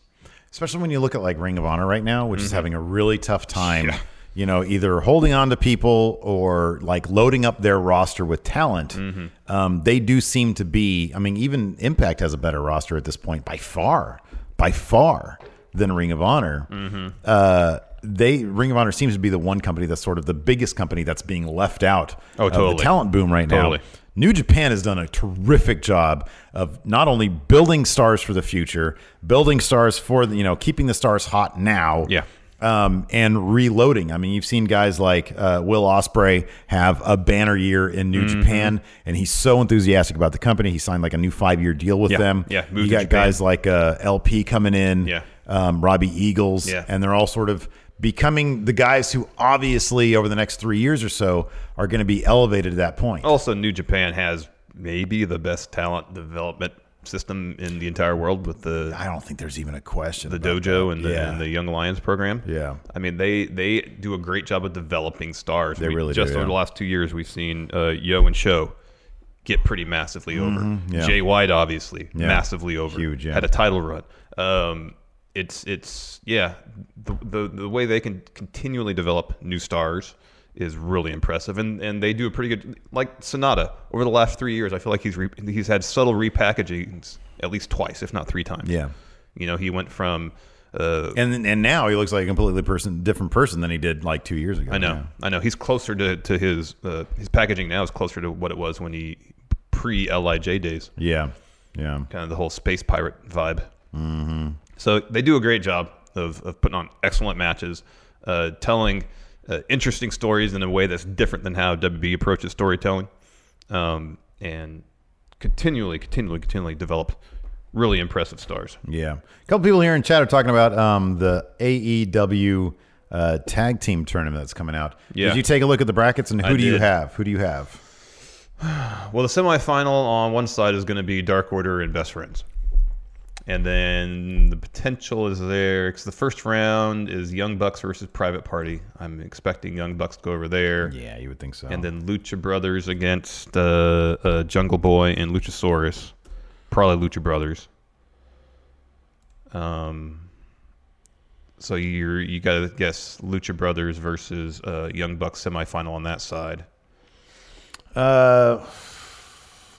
[SPEAKER 4] especially when you look at like Ring of Honor right now, which is
[SPEAKER 5] Mhm.
[SPEAKER 4] having a really tough time. You know, either holding on to people or like loading up their roster with talent.
[SPEAKER 5] Mm-hmm.
[SPEAKER 4] Um, they do seem to be. I mean, even Impact has a better roster at this point by far, by far than Ring of Honor.
[SPEAKER 5] Mhm.
[SPEAKER 4] Uh, they Ring of Honor seems to be the one company that's sort of the biggest company that's being left out
[SPEAKER 5] Oh,
[SPEAKER 4] of
[SPEAKER 5] totally.
[SPEAKER 4] the talent boom right now.
[SPEAKER 5] Totally.
[SPEAKER 4] New Japan has done a terrific job of not only building stars for the future, building stars for the, you know, keeping the stars hot now. Yeah.
[SPEAKER 7] um, and reloading. I mean, you've seen guys like uh, Will Osprey have a banner year in New
[SPEAKER 5] Mm-hmm.
[SPEAKER 7] Japan, and he's so enthusiastic about the company. He signed like a new five year deal with
[SPEAKER 5] Yeah.
[SPEAKER 7] them.
[SPEAKER 5] Yeah. Moved
[SPEAKER 7] you
[SPEAKER 5] to
[SPEAKER 7] got
[SPEAKER 5] Japan.
[SPEAKER 7] guys like uh, LP coming in.
[SPEAKER 5] Yeah.
[SPEAKER 7] Um, Robbie Eagles.
[SPEAKER 5] Yeah.
[SPEAKER 7] And they're all sort of becoming the guys who obviously over the next three years or so are going to be elevated to that point.
[SPEAKER 5] Also, New Japan has maybe the best talent development system in the entire world with the.
[SPEAKER 7] I don't think there's even a question.
[SPEAKER 5] The dojo
[SPEAKER 7] about that.
[SPEAKER 5] and the,
[SPEAKER 7] Yeah.
[SPEAKER 5] and the Young Lions program.
[SPEAKER 7] Yeah.
[SPEAKER 5] I mean they they do a great job of developing stars.
[SPEAKER 7] They
[SPEAKER 5] We-
[SPEAKER 7] really do,
[SPEAKER 5] just over
[SPEAKER 7] yeah.
[SPEAKER 5] the last two years we've seen uh, Yo and Show get pretty massively
[SPEAKER 7] Mhm,
[SPEAKER 5] over.
[SPEAKER 7] yeah.
[SPEAKER 5] Jay White obviously
[SPEAKER 7] Yeah.
[SPEAKER 5] massively over.
[SPEAKER 7] Huge, yeah.
[SPEAKER 5] Had a title run. Um, it's it's yeah the, the the way they can continually develop new stars is really impressive and and they do a pretty good like Sonata over the last three years I feel like he's re, he's had subtle repackagings at least twice if not three times
[SPEAKER 7] Yeah.
[SPEAKER 5] you know he went from uh,
[SPEAKER 7] and and now he looks like a completely person, different person than he did like two years ago.
[SPEAKER 5] I know,
[SPEAKER 7] Yeah.
[SPEAKER 5] I know. He's closer to, to his uh, his packaging now is closer to what it was when he pre Lij days.
[SPEAKER 7] Yeah, yeah.
[SPEAKER 5] Kind of the whole space pirate vibe. Mm-hmm. So they do a great job of of putting on excellent matches, uh, telling uh, interesting stories in a way that's different than how WB approaches storytelling, um, and continually, continually, continually develop really impressive stars.
[SPEAKER 7] Yeah. A couple people here in chat are talking about um, the AEW uh, tag team tournament that's coming out.
[SPEAKER 5] Yeah.
[SPEAKER 7] Did you take a look at the brackets and who
[SPEAKER 5] I
[SPEAKER 7] do you
[SPEAKER 5] did.
[SPEAKER 7] have? Who do you have?
[SPEAKER 5] Well, the semifinal on one side is going to be Dark Order and Best Friends. And then the potential is there because the first round is Young Bucks versus Private Party. I'm expecting Young Bucks to go over there.
[SPEAKER 7] Yeah, you would think so.
[SPEAKER 5] And then Lucha Brothers against uh, uh, Jungle Boy and Luchasaurus. Probably Lucha Brothers. Um, so you're you got to guess Lucha Brothers versus uh, Young Bucks semifinal on that side.
[SPEAKER 7] Uh,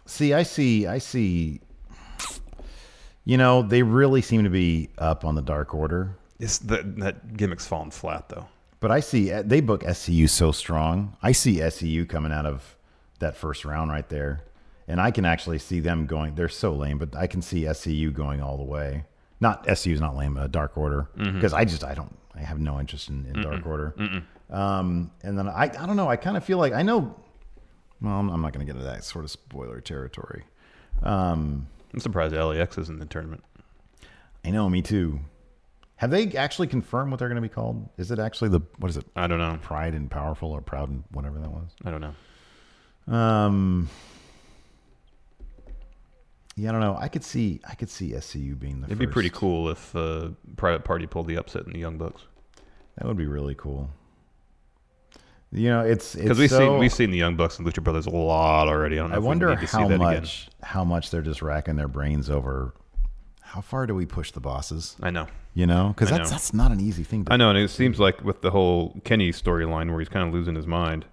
[SPEAKER 7] see, I see, I see. You know, they really seem to be up on the Dark Order,
[SPEAKER 5] It's that that gimmick's falling flat though.
[SPEAKER 7] but I see they book SCU so strong. I see SCU coming out of that first round right there, and I can actually see them going. They're so lame, but I can see SCU going all the way. Not SCU is not lame, uh, Dark Order,
[SPEAKER 5] Mhm.
[SPEAKER 7] because I just I don't I have no interest in, in Dark
[SPEAKER 5] Mm-mm.
[SPEAKER 7] Order.
[SPEAKER 5] Mm-mm.
[SPEAKER 7] Um, and then I, I don't know. I kind of feel like I know. Well, I'm, I'm not going to get into that sort of spoiler territory. Um,
[SPEAKER 5] I'm surprised LAX is in the tournament.
[SPEAKER 7] I know, me too. Have they actually confirmed what they're going to be called? Is it actually the what is it?
[SPEAKER 5] I don't know.
[SPEAKER 7] Pride and powerful, or proud and whatever that was.
[SPEAKER 5] I don't know.
[SPEAKER 7] Um. Yeah, I don't know. I could see, I could see SCU being the.
[SPEAKER 5] It'd
[SPEAKER 7] first.
[SPEAKER 5] be pretty cool if uh, Private Party pulled the upset in the Young Bucks
[SPEAKER 7] That would be really cool. You know, it's
[SPEAKER 5] because
[SPEAKER 7] it's
[SPEAKER 5] we've
[SPEAKER 7] so,
[SPEAKER 5] seen we've seen the Young Bucks and Lucha Brothers a lot already. I, don't know
[SPEAKER 7] I
[SPEAKER 5] if we
[SPEAKER 7] wonder
[SPEAKER 5] need to
[SPEAKER 7] how
[SPEAKER 5] see that
[SPEAKER 7] much how much they're just racking their brains over. How far do we push the bosses?
[SPEAKER 5] I know.
[SPEAKER 7] You know, because
[SPEAKER 5] I
[SPEAKER 7] that's
[SPEAKER 5] know.
[SPEAKER 7] that's not an easy thing.
[SPEAKER 5] Again.
[SPEAKER 7] to
[SPEAKER 5] I know, and it seems like with the whole Kenny storyline where he's kind of losing his mind,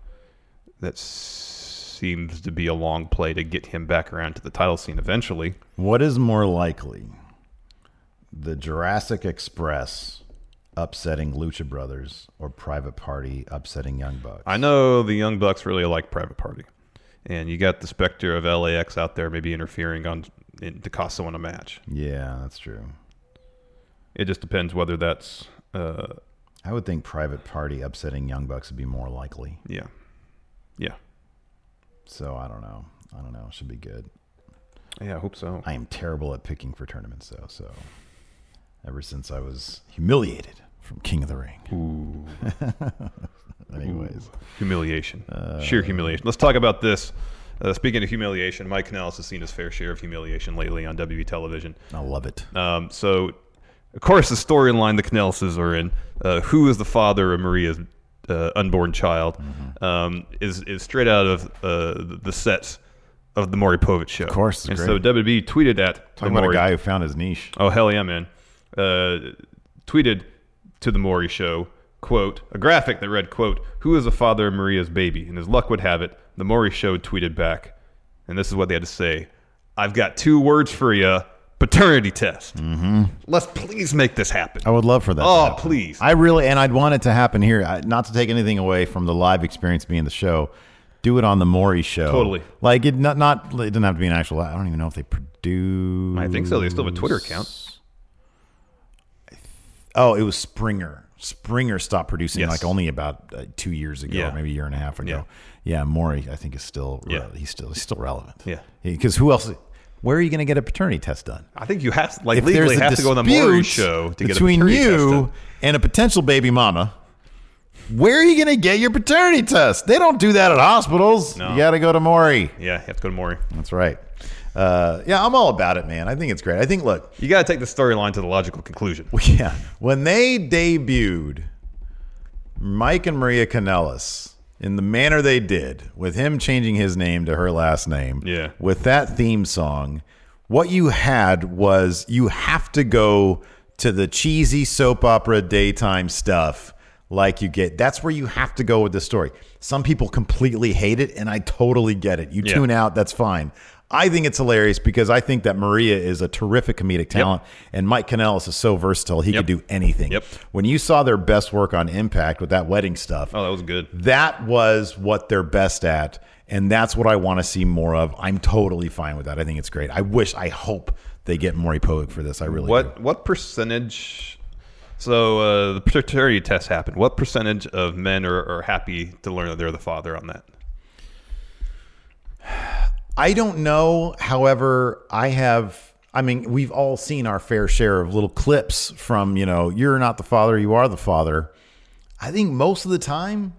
[SPEAKER 5] that s- seems to be a long play to get him back around to the title scene eventually.
[SPEAKER 7] What is more likely? The Jurassic Express upsetting Lucha Brothers or Private Party upsetting Young Bucks?
[SPEAKER 5] I know the Young Bucks really like Private Party, and you got the specter of LAX out there maybe interfering on in, to cost someone a match.
[SPEAKER 7] Yeah, that's true.
[SPEAKER 5] It just depends whether that's uh,
[SPEAKER 7] I would think Private Party upsetting Young Bucks would be more likely.
[SPEAKER 5] yeah, yeah,
[SPEAKER 7] So I don't know. I don't know. It should be good.
[SPEAKER 5] yeah. I hope so.
[SPEAKER 7] I am terrible at picking for tournaments though, so ever since I was humiliated from King of the Ring. Anyways.
[SPEAKER 5] humiliation, sheer humiliation. Let's talk about this. Uh, speaking of humiliation, Mike Canales has seen his fair share of humiliation lately on WB television.
[SPEAKER 7] I love it.
[SPEAKER 5] Um, so, of course, the storyline the Canelses are in, uh, who is the father of Maria's uh, unborn child,
[SPEAKER 7] Mm-hmm.
[SPEAKER 5] um, is is straight out of uh, the sets of the Maury Povich show. Of
[SPEAKER 7] course,
[SPEAKER 5] and
[SPEAKER 7] great.
[SPEAKER 5] so WB tweeted at
[SPEAKER 7] Talking
[SPEAKER 5] the
[SPEAKER 7] about a
[SPEAKER 5] Maury-
[SPEAKER 7] guy who found his niche.
[SPEAKER 5] Oh hell yeah, man! Uh, tweeted to the Maury Show quote a graphic that read quote Who is the father of Maria's baby? And as luck would have it, the Maury Show tweeted back, and this is what they had to say: I've got two words for you: paternity test.
[SPEAKER 7] Mm-hmm.
[SPEAKER 5] Let's please make this happen.
[SPEAKER 7] I would love for that. to
[SPEAKER 5] Oh,
[SPEAKER 7] happen.
[SPEAKER 5] please.
[SPEAKER 7] I really, and I'd want it to happen here. I, not to take anything away from the live experience being the show. Do it on the Maury show.
[SPEAKER 5] Totally.
[SPEAKER 7] Like it not not it doesn't have to be an actual. I don't even know if they produce.
[SPEAKER 5] I think so. They still have a Twitter account.
[SPEAKER 7] Oh, it was Springer. Springer stopped producing
[SPEAKER 5] Yes.
[SPEAKER 7] like only about uh, two years ago,
[SPEAKER 5] Yeah.
[SPEAKER 7] maybe a year and a half ago. Yeah, Maury, I think is still re- he's still he's still relevant.
[SPEAKER 5] Yeah.
[SPEAKER 7] because who else? Where are you going to get a paternity test done?
[SPEAKER 5] I think you have like
[SPEAKER 7] If there's
[SPEAKER 5] legally
[SPEAKER 7] a
[SPEAKER 5] have to go on the Maury
[SPEAKER 7] dispute
[SPEAKER 5] show to get a
[SPEAKER 7] between
[SPEAKER 5] paternity test
[SPEAKER 7] you
[SPEAKER 5] done.
[SPEAKER 7] and a potential baby mama. Where are you going to get your paternity test? They don't do that at hospitals.
[SPEAKER 5] No.
[SPEAKER 7] You got to go to Maury.
[SPEAKER 5] Yeah, you have to go to Maury.
[SPEAKER 7] That's right. Uh, yeah, I'm all about it, man. I think it's great. I think look,
[SPEAKER 5] you got to take the storyline to the logical conclusion.
[SPEAKER 7] Yeah, when they debuted Mike and Maria Canellis in the manner they did, with him changing his name to her last name,
[SPEAKER 5] Yeah.
[SPEAKER 7] with that theme song, what you had was you have to go to the cheesy soap opera daytime stuff like you get. That's where you have to go with the story. Some people completely hate it, and I totally get it. You
[SPEAKER 5] Yeah.
[SPEAKER 7] tune out, that's fine. I think it's hilarious because I think that Maria is a terrific comedic talent, and Mike Canellis is so versatile. He could do anything. Yep. When you saw their best work on Impact with that wedding stuff,
[SPEAKER 5] Oh, that was good.
[SPEAKER 7] that was what they're best at and that's what i want to see more of i'm totally fine with that i think it's great i wish i hope they get maury poet for this i really do.
[SPEAKER 5] What what percentage? So uh, the paternity test happened. What percentage of men are, are happy to learn that they're the father on that?
[SPEAKER 7] i don't know however i have i mean we've all seen our fair share of little clips from you know you're not the father you are the father i think most of the time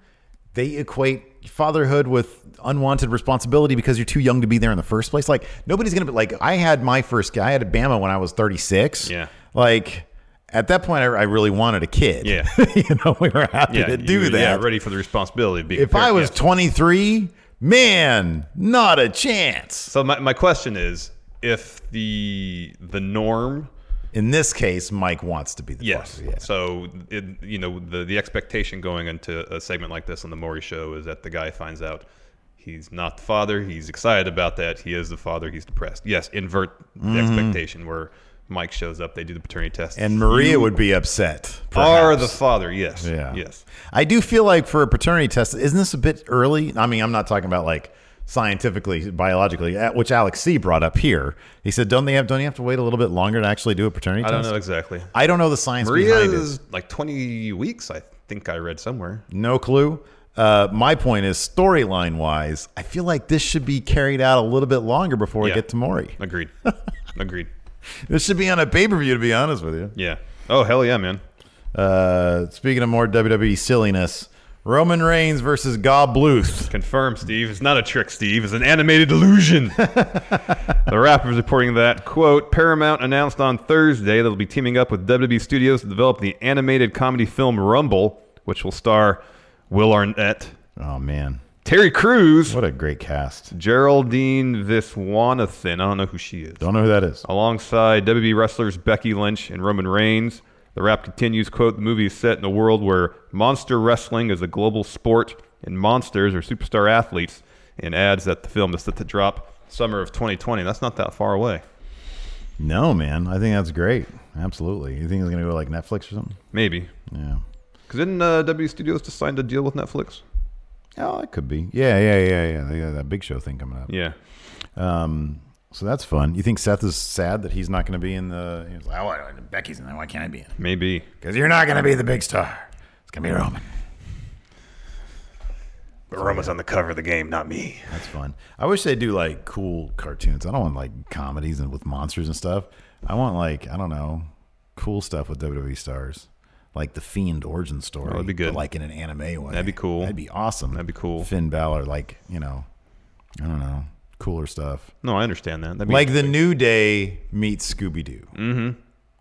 [SPEAKER 7] they equate fatherhood with unwanted responsibility because you're too young to be there in the first place like nobody's gonna be like i had my first guy i had a bama when i was 36
[SPEAKER 5] Yeah.
[SPEAKER 7] like at that point, I, I really wanted a kid. Yeah, you know, we were happy
[SPEAKER 5] Yeah,
[SPEAKER 7] to do
[SPEAKER 5] you-
[SPEAKER 7] that.
[SPEAKER 5] Yeah, ready for the responsibility. Of being
[SPEAKER 7] if
[SPEAKER 5] a
[SPEAKER 7] I
[SPEAKER 5] parent,
[SPEAKER 7] was
[SPEAKER 5] yes.
[SPEAKER 7] 23, man, not a chance.
[SPEAKER 5] so, my, my question is, if the the norm
[SPEAKER 7] In this case, Mike wants to be the
[SPEAKER 5] Yes. So, it, you know, the, the expectation going into a segment like this on the Maury show is that the guy finds out he's not the father. He's excited about that. He is the father. He's depressed. Yes. Invert the
[SPEAKER 7] Mhm.
[SPEAKER 5] expectation where Mike shows up. They do the paternity test.
[SPEAKER 7] and Maria
[SPEAKER 5] You
[SPEAKER 7] would be upset.
[SPEAKER 5] Are
[SPEAKER 7] perhaps.
[SPEAKER 5] the father. Yes.
[SPEAKER 7] Yeah.
[SPEAKER 5] Yes.
[SPEAKER 7] I do feel like for a paternity test, isn't this a bit early? I mean, I'm not talking about like scientifically, biologically, uh, which Alex C brought up here. He said, "Don't they have? Don't you have to wait a little bit longer to actually do a paternity
[SPEAKER 5] I
[SPEAKER 7] test?"
[SPEAKER 5] don't know exactly.
[SPEAKER 7] I don't know the science
[SPEAKER 5] Maria
[SPEAKER 7] behind it.
[SPEAKER 5] is like 20 weeks, I think I read somewhere.
[SPEAKER 7] No clue. Uh, my point is storyline wise, I feel like this should be carried out a little bit longer before we
[SPEAKER 5] Yeah.
[SPEAKER 7] get to Maury.
[SPEAKER 5] Agreed. Agreed.
[SPEAKER 7] This should be on a pay per view, to be honest with you.
[SPEAKER 5] Yeah. Oh hell yeah, man.
[SPEAKER 7] Uh, speaking of more WWE silliness, Roman Reigns versus Gob Bluth.
[SPEAKER 5] Confirm, Steve. It's not a trick, Steve. It's an animated illusion. the rapper is reporting that, quote, Paramount announced on Thursday that it'll be teaming up with WWE Studios to develop the animated comedy film Rumble, which will star Will Arnett.
[SPEAKER 7] Oh, man.
[SPEAKER 5] Terry Crews.
[SPEAKER 7] What a great cast.
[SPEAKER 5] Geraldine Viswanathan. I don't know who she is.
[SPEAKER 7] Don't know who that is.
[SPEAKER 5] Alongside WWE wrestlers Becky Lynch and Roman Reigns. The rap continues, quote, the movie is set in a world where monster wrestling is a global sport and monsters are superstar athletes, and adds that the film is set to drop summer of 2020. That's not that far away.
[SPEAKER 7] No, man. I think that's great. Absolutely. You think it's going to go like Netflix or something?
[SPEAKER 5] Maybe.
[SPEAKER 7] Yeah.
[SPEAKER 5] Because didn't uh, W Studios just sign a deal with Netflix?
[SPEAKER 7] Oh, it could be. Yeah, yeah, yeah, yeah. They got that big show thing coming up.
[SPEAKER 5] Yeah.
[SPEAKER 7] Um, so that's fun. You think Seth is sad that he's not going to be in the. He's like, oh, I- Becky's in there. Why can't I be in it?
[SPEAKER 5] Maybe.
[SPEAKER 7] Because you're not going to be the big star. It's going to be Roman.
[SPEAKER 5] But Roman's on the cover of the game, not me.
[SPEAKER 7] That's fun. I wish they do like cool cartoons. I don't want like comedies and with monsters and stuff. I want like I don't know, cool stuff with WWE stars, like the Fiend origin story.
[SPEAKER 5] That would be good.
[SPEAKER 7] but, like in an anime way.
[SPEAKER 5] That'd be cool.
[SPEAKER 7] That'd be awesome. That'd
[SPEAKER 5] be cool.
[SPEAKER 7] Finn Balor, like you know, I don't know, cooler stuff.
[SPEAKER 5] No, I understand that. That'd be-
[SPEAKER 7] like the New Day meets Scooby Doo.
[SPEAKER 5] Mhm.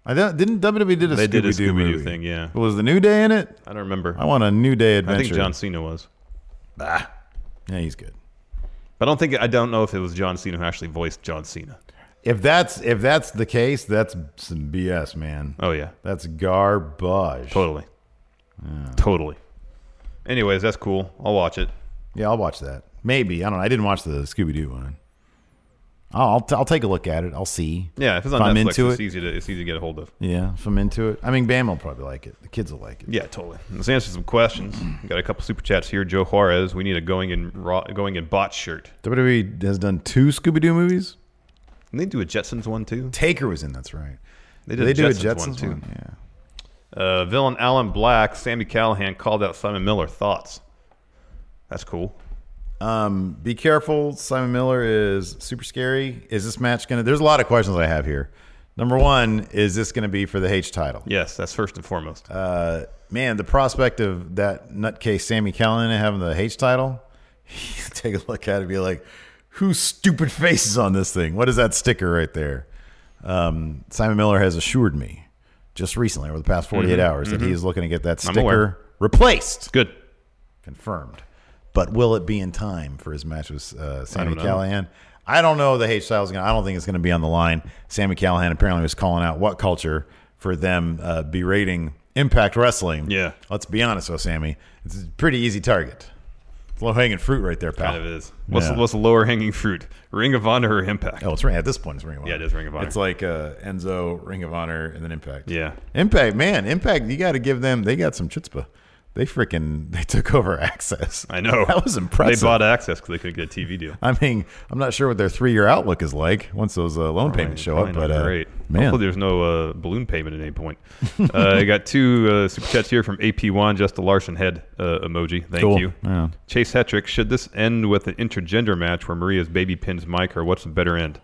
[SPEAKER 7] I don't, didn't WWE did a
[SPEAKER 5] They
[SPEAKER 7] Scooby-Doo
[SPEAKER 5] did a Scooby-Doo
[SPEAKER 7] movie.
[SPEAKER 5] thing, yeah.
[SPEAKER 7] was the New Day in it?
[SPEAKER 5] I don't remember.
[SPEAKER 7] I want a New Day adventure.
[SPEAKER 5] I think John Cena was.
[SPEAKER 7] Bah. Yeah, he's good.
[SPEAKER 5] But I don't think I don't know if it was John Cena who actually voiced John Cena.
[SPEAKER 7] If that's if that's the case, that's some BS, man.
[SPEAKER 5] Oh yeah,
[SPEAKER 7] Hmm. that's garbage.
[SPEAKER 5] Totally, totally. Anyways, that's cool. I'll watch it.
[SPEAKER 7] Yeah, I'll watch that. Maybe I don't. know. I didn't watch the Scooby Doo one. I'll I'll, t- I'll take a look at it. I'll see.
[SPEAKER 5] Yeah, if it's on
[SPEAKER 7] I'm
[SPEAKER 5] Netflix,
[SPEAKER 7] into
[SPEAKER 5] it's
[SPEAKER 7] it.
[SPEAKER 5] easy to it's easy to get a hold of.
[SPEAKER 7] Yeah, if I'm into it. I mean, Bam will probably like it. The kids will like it.
[SPEAKER 5] Yeah, totally. Let's answer some questions. Got a couple super chats here. Joe Juarez, we need a going in raw, going in bot shirt.
[SPEAKER 7] WWE E has done two Scooby Doo movies.
[SPEAKER 5] And they do a Jetsons one too.
[SPEAKER 7] Taker was in. That's right.
[SPEAKER 5] They did a Jetsons one, too.
[SPEAKER 7] Yeah.
[SPEAKER 5] Uh, villain Alan Black, Sammy Callahan called out Simon Miller. Thoughts? That's cool.
[SPEAKER 4] Um, be careful. Simon Miller is super scary. Is this match going to? There's a lot of questions I have here. Number one, is this going to be for the H title?
[SPEAKER 5] Yes, that's first and foremost.
[SPEAKER 4] Uh, man, the prospect of that nutcase Sammy Callahan having the H title, you take a look at it and be like, whose stupid face is on this thing? What is that sticker right there? Um, Simon Miller has assured me just recently, over the past 48
[SPEAKER 5] Mhm,
[SPEAKER 4] hours, that he
[SPEAKER 5] mhm.
[SPEAKER 4] is looking to get that
[SPEAKER 5] I'm aware.
[SPEAKER 4] sticker replaced.
[SPEAKER 5] Good.
[SPEAKER 4] Confirmed. But will it be in time for his match with uh, Sammy
[SPEAKER 5] don't know.
[SPEAKER 4] Callahan? I don't know the H Styles. Gonna, I don't think it's going to be on the line. Sammy Callahan apparently was calling out what culture for them uh, berating Impact Wrestling. Yeah. Let's be honest, though, Sammy. It's a pretty easy target. It's low hanging fruit right there, pal.
[SPEAKER 5] Kind of is. What's,
[SPEAKER 4] Yeah.
[SPEAKER 5] the, what's the lower hanging fruit? Ring of Honor or Impact?
[SPEAKER 4] Oh, it's Ring. At this point, it's Ring of Honor.
[SPEAKER 5] Yeah, it is Ring of Honor.
[SPEAKER 4] It's like uh, Enzo, Ring of Honor, and then Impact.
[SPEAKER 5] Yeah.
[SPEAKER 4] Impact, man, Impact. You got to give them. They got some chutzpah. They freaking they took over Access.
[SPEAKER 5] I know.
[SPEAKER 4] that was impressive.
[SPEAKER 5] They bought access because they couldn't get a TV deal.
[SPEAKER 4] I mean, I'm not sure what their three year outlook is like once those uh, loan payments show up,
[SPEAKER 5] Probably
[SPEAKER 4] but
[SPEAKER 5] not
[SPEAKER 4] uh,
[SPEAKER 5] great.
[SPEAKER 4] man,
[SPEAKER 5] Hopefully, there's no uh, balloon payment at any point. uh, I got two uh, super chats here from AP1, just a Larson head uh, emoji. Thank
[SPEAKER 4] Cool.
[SPEAKER 5] you.
[SPEAKER 4] Yeah.
[SPEAKER 5] Chase Hetrick, should this end with an intergender match where Maria's baby pins Mike, or what's the better end?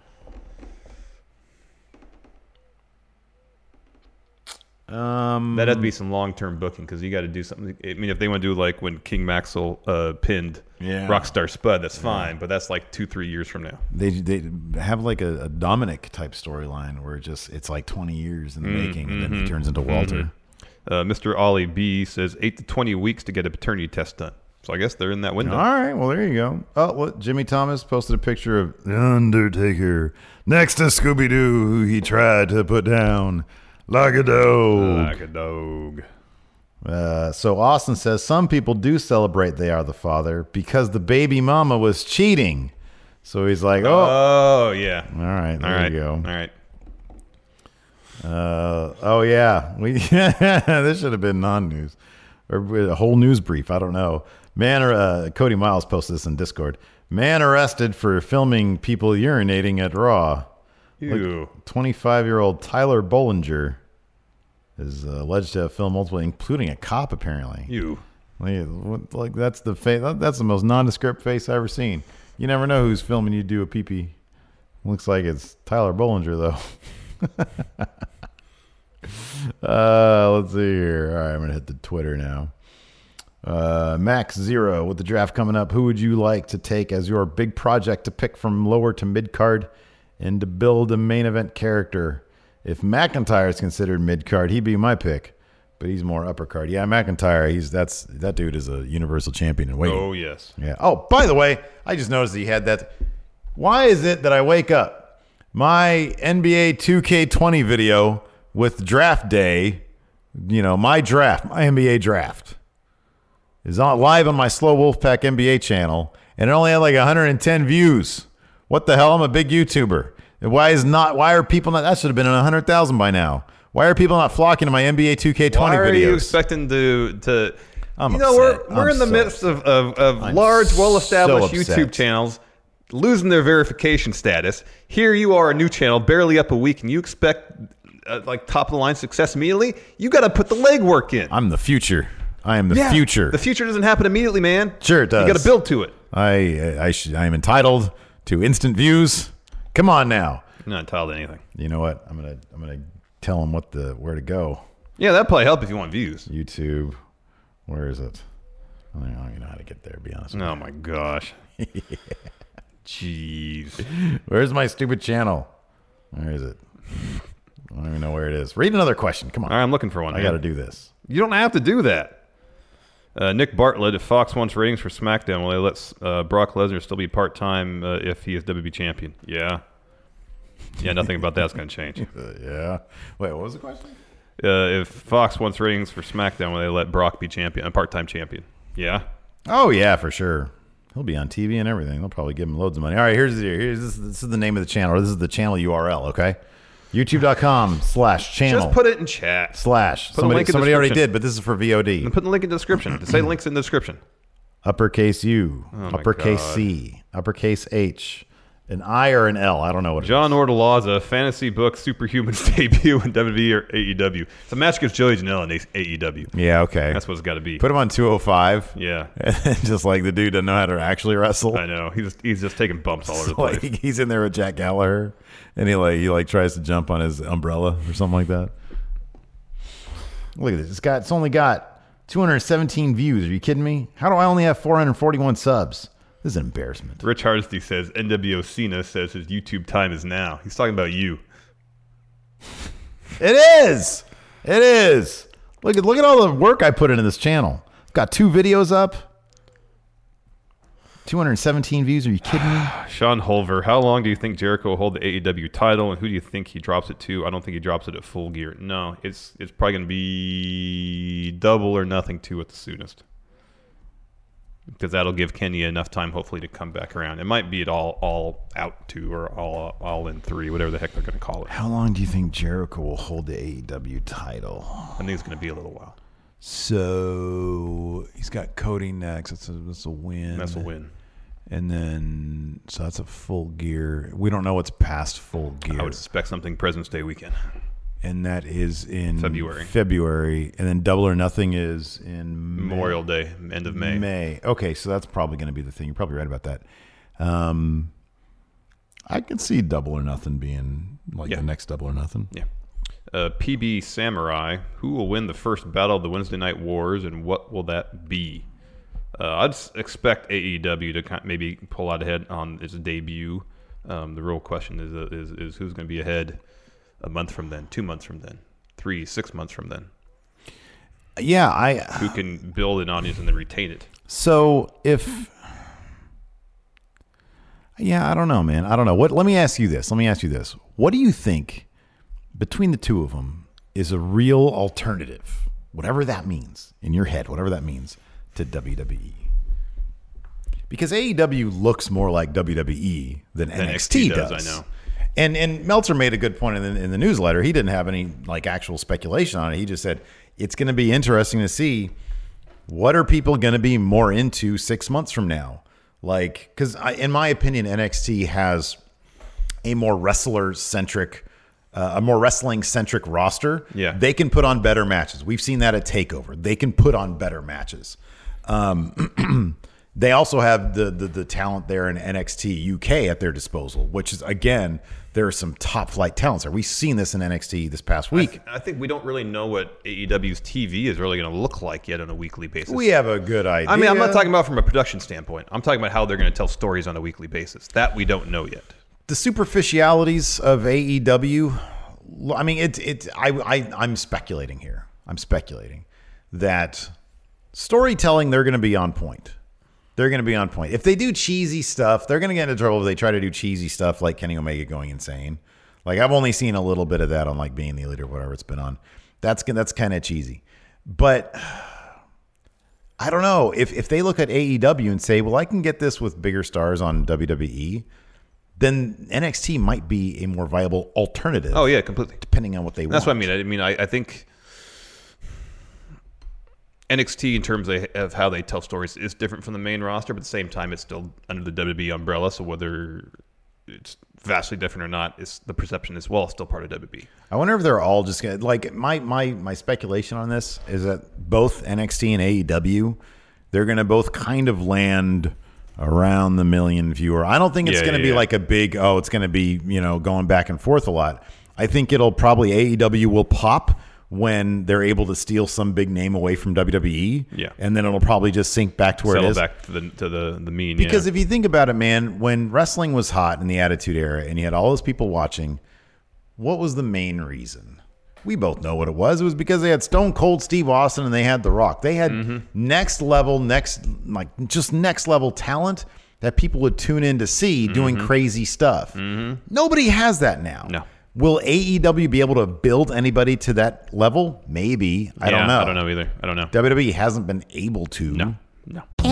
[SPEAKER 4] Um,
[SPEAKER 5] That'd have to be some long-term booking because you got to do something. I mean, if they want to do like when King Maxwell uh, pinned
[SPEAKER 4] Yeah.
[SPEAKER 5] Rockstar Spud, that's fine, but that's like two, three years from now.
[SPEAKER 4] they they have like a, a Dominic type storyline where it just it's like 20 years in the
[SPEAKER 5] Mm,
[SPEAKER 4] making, and then he
[SPEAKER 5] mhm,
[SPEAKER 4] turns into Walter.
[SPEAKER 5] mhm. Uh, Mr. Ollie B says eight to twenty weeks to get a paternity test done. So I guess they're in that window.
[SPEAKER 4] All right, well there you go. Oh, what Jimmy Thomas posted a picture of
[SPEAKER 9] The Undertaker. Next to Scooby Doo, who he tried to put down. Like a dog.
[SPEAKER 5] Like a dog.
[SPEAKER 4] Uh, so Austin says some people do celebrate they are the father because the baby mama was cheating. So he's like, oh,
[SPEAKER 5] Oh yeah.
[SPEAKER 4] all right, there
[SPEAKER 5] All right.
[SPEAKER 4] you go. All
[SPEAKER 5] right.
[SPEAKER 4] Uh, oh yeah, we this should have been non-news or a whole news brief. I don't know. Man, uh, Cody Miles posted this in Discord. Man arrested for filming people urinating at Raw.
[SPEAKER 5] Ew.
[SPEAKER 4] Twenty-five-year-old Tyler Bollinger is uh, alleged to have filmed multiple, including a cop apparently.
[SPEAKER 5] You.
[SPEAKER 4] Like, what- like, that's the face. That's the most nondescript face I've ever seen. You never know who's filming you do a pee pee. Looks like it's Tyler Bollinger though. uh, let's see here. All right, I'm gonna hit the Twitter now. Uh, Max Zero with the draft coming up. Who would you like to take as your big project to pick from lower to mid card and to build a main event character? If McIntyre is considered mid card, he'd be my pick, but he's more upper card. Yeah, McIntyre. He's that's that dude is a universal champion in waiting.
[SPEAKER 5] Oh yes.
[SPEAKER 4] Yeah. Oh, by the way, I just noticed that he had that. Why is it that I wake up my NBA 2K20 video with draft day? You know, my draft, my NBA draft is on live on my Slow Wolfpack NBA channel, and it only had like 110 views. What the hell? I'm a big YouTuber. And Why is not? Why are people not? That should have been 100,000 by now. Why are people not flocking to my NBA 2K20
[SPEAKER 5] Why are you
[SPEAKER 4] videos?
[SPEAKER 5] expecting to to?
[SPEAKER 4] I'm
[SPEAKER 5] you know,
[SPEAKER 4] upset.
[SPEAKER 5] we're we're
[SPEAKER 4] I'm
[SPEAKER 5] in the
[SPEAKER 4] so
[SPEAKER 5] midst of of, of
[SPEAKER 4] I'm
[SPEAKER 5] large, well-established
[SPEAKER 4] so upset.
[SPEAKER 5] YouTube channels losing their verification status. Here you are, a new channel, barely up a week, and you expect uh, like top of the line success immediately. You got to put the legwork in.
[SPEAKER 4] I'm the future. I am the
[SPEAKER 5] Yeah.
[SPEAKER 4] future.
[SPEAKER 5] The future doesn't happen immediately, man.
[SPEAKER 4] Sure, it does.
[SPEAKER 5] You got to build to it.
[SPEAKER 4] I I should I am entitled to instant views. Come on now.
[SPEAKER 5] You're not entitled to anything.
[SPEAKER 4] You know what? I'm gonna I'm gonna tell them what the where to go.
[SPEAKER 5] Yeah, that probably help if you want views.
[SPEAKER 4] YouTube. Where is it? I don't even know how to get there. To be honest. with
[SPEAKER 5] Oh my gosh. Jeez.
[SPEAKER 4] you. Where's my stupid channel? Where is it? I don't even know where it is. Read another question. Come on.
[SPEAKER 5] All right, I'm looking for one.
[SPEAKER 4] I
[SPEAKER 5] man.
[SPEAKER 4] got to do this.
[SPEAKER 5] You don't have to do that. Uh, Nick Bartlett, if Fox wants ratings for SmackDown, will they let uh, Brock Lesnar still be part time uh, if he is WB champion? Yeah. Yeah, nothing about that's going to change.
[SPEAKER 4] Uh, yeah. Wait, what was the question?
[SPEAKER 5] Uh, if Fox wants ratings for SmackDown, will they let Brock be champion, a part time champion? Yeah.
[SPEAKER 4] Oh yeah, for sure. He'll be on TV and everything. They'll probably give him loads of money. All right, here's the here's this, this is the name of the channel. This is the channel URL. Okay, YouTube.com slash channel
[SPEAKER 5] Just put it in chat.
[SPEAKER 4] slash.
[SPEAKER 5] Put a
[SPEAKER 4] somebody
[SPEAKER 5] link in
[SPEAKER 4] somebody already
[SPEAKER 5] description.
[SPEAKER 4] did, but this is for VOD.
[SPEAKER 5] And put the link in the description. Just say links in the description.
[SPEAKER 4] Uppercase U,
[SPEAKER 5] Oh my
[SPEAKER 4] uppercase
[SPEAKER 5] God.
[SPEAKER 4] C, uppercase H,
[SPEAKER 7] An I or an L? I don't know what.
[SPEAKER 5] John Ortolaza, fantasy book Superhuman's debut in WWE or AEW. It's a match against Joey Janela in AEW.
[SPEAKER 7] Yeah, okay.
[SPEAKER 5] That's what it's got to be.
[SPEAKER 7] Put him on 205.
[SPEAKER 5] Yeah.
[SPEAKER 7] just like the dude doesn't know how to actually wrestle.
[SPEAKER 5] I know. He's he's just taking bumps all over the place.
[SPEAKER 7] Like he's in there with Jack Gallagher, and he like he like tries to jump on his umbrella or something like that. Look at this. It's got it's only got 217 views. Are you kidding me? How do I only have 441 subs? This is an embarrassment.
[SPEAKER 5] Rich Hardesty says NWO Cena says his YouTube time is now. He's talking about you.
[SPEAKER 7] It is. It is. Look at look at all the work I put into this channel. I've got two videos up. 217 views. Are you kidding me?
[SPEAKER 5] Sean Holver, how long do you think Jericho will hold the AEW title, and who do you think he drops it to? I don't think he drops it at Full Gear. No, it's it's probably going to be double or nothing two at the soonest, because that'll give Kenya enough time, hopefully, to come back around. It might be at all all out two or all all in three, whatever the heck they're going to call it.
[SPEAKER 7] How long do you think Jericho will hold the AEW title? I
[SPEAKER 5] think it's going to be a little while.
[SPEAKER 4] So he's got Cody next. That's a, that's a win.
[SPEAKER 5] That's a win.
[SPEAKER 4] And then, so that's a full gear. We don't know what's past full gear.
[SPEAKER 5] I would expect something President's Day weekend.
[SPEAKER 4] and that is
[SPEAKER 7] Mm,
[SPEAKER 4] in
[SPEAKER 5] February.
[SPEAKER 7] February, and then Double or Nothing is in May-
[SPEAKER 5] Memorial Day, end of May.
[SPEAKER 7] May. Okay, so that's probably going to be the thing. You're probably right about that. Um, I could see Double or Nothing being like
[SPEAKER 5] Yeah.
[SPEAKER 7] the next Double or Nothing.
[SPEAKER 5] Yeah. Uh, PB Samurai, who will win the first battle of the Wednesday Night Wars, and what will that be? Uh, I'd s- expect AEW to kind maybe pull out ahead on its debut. Um, the real question is, uh, is, is who's going to be ahead a month from then, two months from then, three, six months from then?
[SPEAKER 7] Yeah, I
[SPEAKER 5] Who can build an audience and then retain it?
[SPEAKER 7] So if yeah, I don't know, man. I don't know. What? Let me ask you this. Let me ask you this. What do you think between the two of them is a real alternative, whatever that means in your head, whatever that means to WWE? Because AEW looks more like E WWE than
[SPEAKER 5] Than
[SPEAKER 7] NXT,
[SPEAKER 5] NXT
[SPEAKER 7] does.
[SPEAKER 5] does, I know.
[SPEAKER 7] And and Meltzer made a good point in the, in the newsletter. He didn't have any like actual speculation on it. He just said it's going to be interesting to see what are people going to be more into six months from now? Like, because in my opinion, NXT has a more wrestler centric, uh, a more wrestling centric roster.
[SPEAKER 5] Yeah.
[SPEAKER 7] They can put on better matches. We've seen that at TakeOver. They can put on better matches. Um, they also have the, the the talent there in NXT UK at their disposal, which is again there are some top flight talents there. We've seen this in NXT this past week.
[SPEAKER 5] I think we don't really know what E AEW's TV is really going to look like yet on a weekly basis.
[SPEAKER 7] We have a good idea.
[SPEAKER 5] I mean, I'm not talking about from a production standpoint. I'm talking about how they're going to tell stories on a weekly basis. That we don't know yet.
[SPEAKER 7] the superficialities of AEW. l- I mean, it it I, I I'm speculating here. I'm speculating that storytelling they're going to be on point. They're going to be on point. If they do cheesy stuff, they're going to get into trouble if they try to do cheesy stuff like Kenny Omega going insane. Like I've only seen a little bit of that on like being the leader, whatever it's been on. That's gon- that's kind of cheesy, but I don't know if if they look at AEW and say, well, I can get this with bigger stars on E WWE, then NXT might be a more viable alternative.
[SPEAKER 5] Oh yeah, completely.
[SPEAKER 7] depending on what they
[SPEAKER 5] That's
[SPEAKER 7] want.
[SPEAKER 5] what I mean. I mean, I, I think NXT in terms of, of how they tell stories is different from the main roster, but at the same time, it's still under the WWE umbrella. So whether it's vastly different or not, it's the perception as well is still part of E. WWE.
[SPEAKER 7] I wonder if they're all just gonna like my my my speculation on this is that both NXT and AEW, they're gonna both kind of land around the million viewer. I don't think it's
[SPEAKER 4] Yeah,
[SPEAKER 7] gonna
[SPEAKER 4] yeah,
[SPEAKER 7] be
[SPEAKER 4] yeah.
[SPEAKER 7] like a big oh, it's gonna be you know going back and forth a lot. I think it'll probably AEW will pop when they're able to steal some big name away from WWE.
[SPEAKER 5] Yeah.
[SPEAKER 7] and then it'll probably just sink back to where
[SPEAKER 5] Settle
[SPEAKER 7] it is.
[SPEAKER 5] back to the to the the mean yeah.
[SPEAKER 7] Because if you think about it, man, when wrestling was hot in the Attitude Era and you had all those people watching, what was the main reason? We both know what it was. It was because they had Stone Cold Steve Austin and they had The Rock. They had next level, next like just next level talent that people would tune in to see doing crazy stuff. Nobody has that now. No. Will AEW be able to build anybody to that level? Maybe. I
[SPEAKER 5] Yeah,
[SPEAKER 7] don't know.
[SPEAKER 5] I don't know either. I don't know.
[SPEAKER 7] WWE hasn't been able to. No.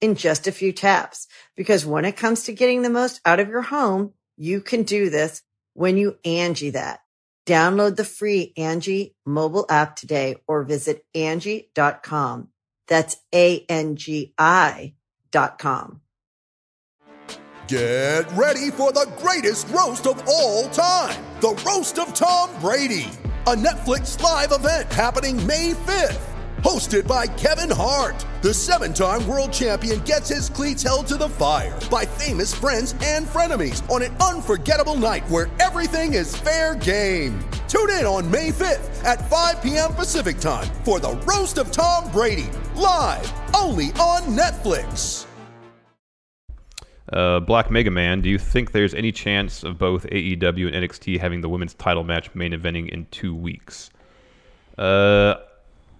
[SPEAKER 10] in just a few taps. Because when it comes to getting the most out of your home, you can do this when you Angie that. Download the free Angie mobile app today or visit Angie.com. That's A-N-G-I dot com.
[SPEAKER 11] Get ready for the greatest roast of all time the Roast of Tom Brady, a Netflix live event happening May 5th. Hosted by Kevin Hart, the seven time world champion gets his cleats held to the fire by famous friends and frenemies on an unforgettable night where everything is fair game. Tune in on May 5th at 5 p.m. Pacific time for the Roast of Tom Brady, live only on Netflix.
[SPEAKER 5] Uh, Black Mega Man, do you think there's any chance of both AEW and NXT having the women's title match main eventing in two weeks? Uh,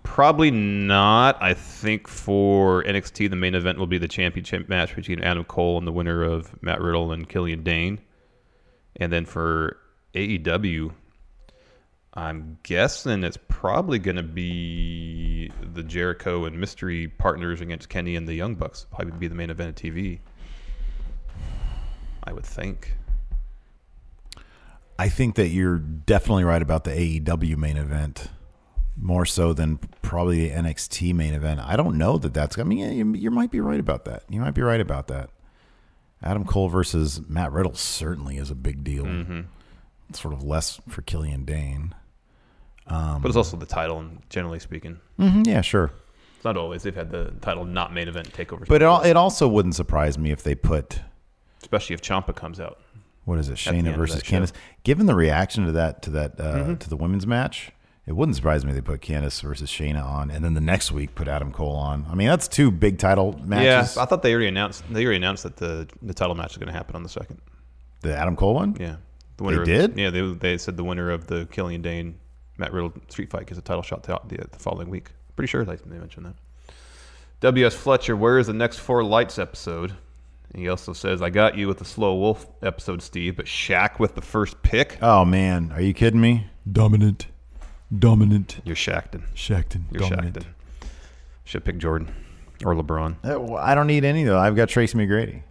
[SPEAKER 5] probably not. I think for NXT, the main event will be the championship match between Adam Cole and the winner of Matt Riddle and Killian Dane. And then for AEW, I'm guessing it's probably going to be the Jericho and Mystery partners against Kenny and the Young Bucks. Probably would be the main event of TV. I would think.
[SPEAKER 7] I think that you're definitely right about the AEW main event more so than probably the NXT main event. I don't know that that's. I mean, yeah, you, you might be right about that. You might be right about that. Adam Cole versus Matt Riddle certainly is a big deal.
[SPEAKER 5] Mhm.
[SPEAKER 7] It's sort of less for Killian Dane. Um,
[SPEAKER 5] but it's also the title, and generally speaking.
[SPEAKER 7] Mhm, yeah, sure.
[SPEAKER 5] It's not always. They've had the title not main event takeovers.
[SPEAKER 7] But it, al- it also wouldn't surprise me if they put
[SPEAKER 5] especially if Champa comes out.
[SPEAKER 7] what is it,
[SPEAKER 5] the end
[SPEAKER 7] Shayna
[SPEAKER 5] of
[SPEAKER 7] versus
[SPEAKER 5] that show.
[SPEAKER 7] Candice. Given the reaction to that to that uh,
[SPEAKER 5] Mhm.
[SPEAKER 7] to the women's match, it wouldn't surprise me they put Candice versus Shayna on, and then the next week put Adam Cole on. I mean, that's two big title matches.
[SPEAKER 5] Yeah, I thought they already announced. They already announced that the the title match is going to happen on the second.
[SPEAKER 7] The Adam Cole one.
[SPEAKER 5] Yeah, the
[SPEAKER 7] They
[SPEAKER 5] winner of-
[SPEAKER 7] did?
[SPEAKER 5] yeah, they they said the winner of the Killian Dane Matt Riddle street fight gets a title shot the, the, the following week. Pretty sure they, they mentioned that. W.S. Fletcher, where is the next Four Lights episode? And he also says, I got you with the Slow Wolf episode, Steve, but Shaq with the first pick.
[SPEAKER 7] Oh man, are you kidding me?
[SPEAKER 9] Dominant. Dominant.
[SPEAKER 5] You're Shackton.
[SPEAKER 9] Shackton.
[SPEAKER 5] You're
[SPEAKER 9] dominant.
[SPEAKER 5] Shackton. Should pick Jordan or LeBron.
[SPEAKER 7] Uh, well, I don't need any though. I've got Tracy McGrady.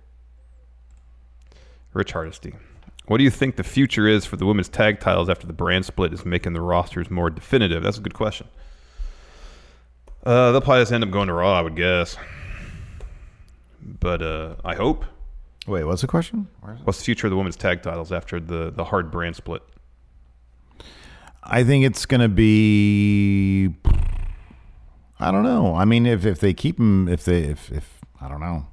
[SPEAKER 5] Rich Hardesty. What do you think the future is for the women's tag titles after the brand split is making the rosters more definitive? That's a good question. Uh, they'll probably just end up going to Raw, I would guess. But uh, I hope.
[SPEAKER 7] Wait, what's the question?
[SPEAKER 5] What's the future of the women's tag titles after the, the hard brand split?
[SPEAKER 7] I think it's going to be. I don't know. I mean, if, if they keep them, if they if if I don't know,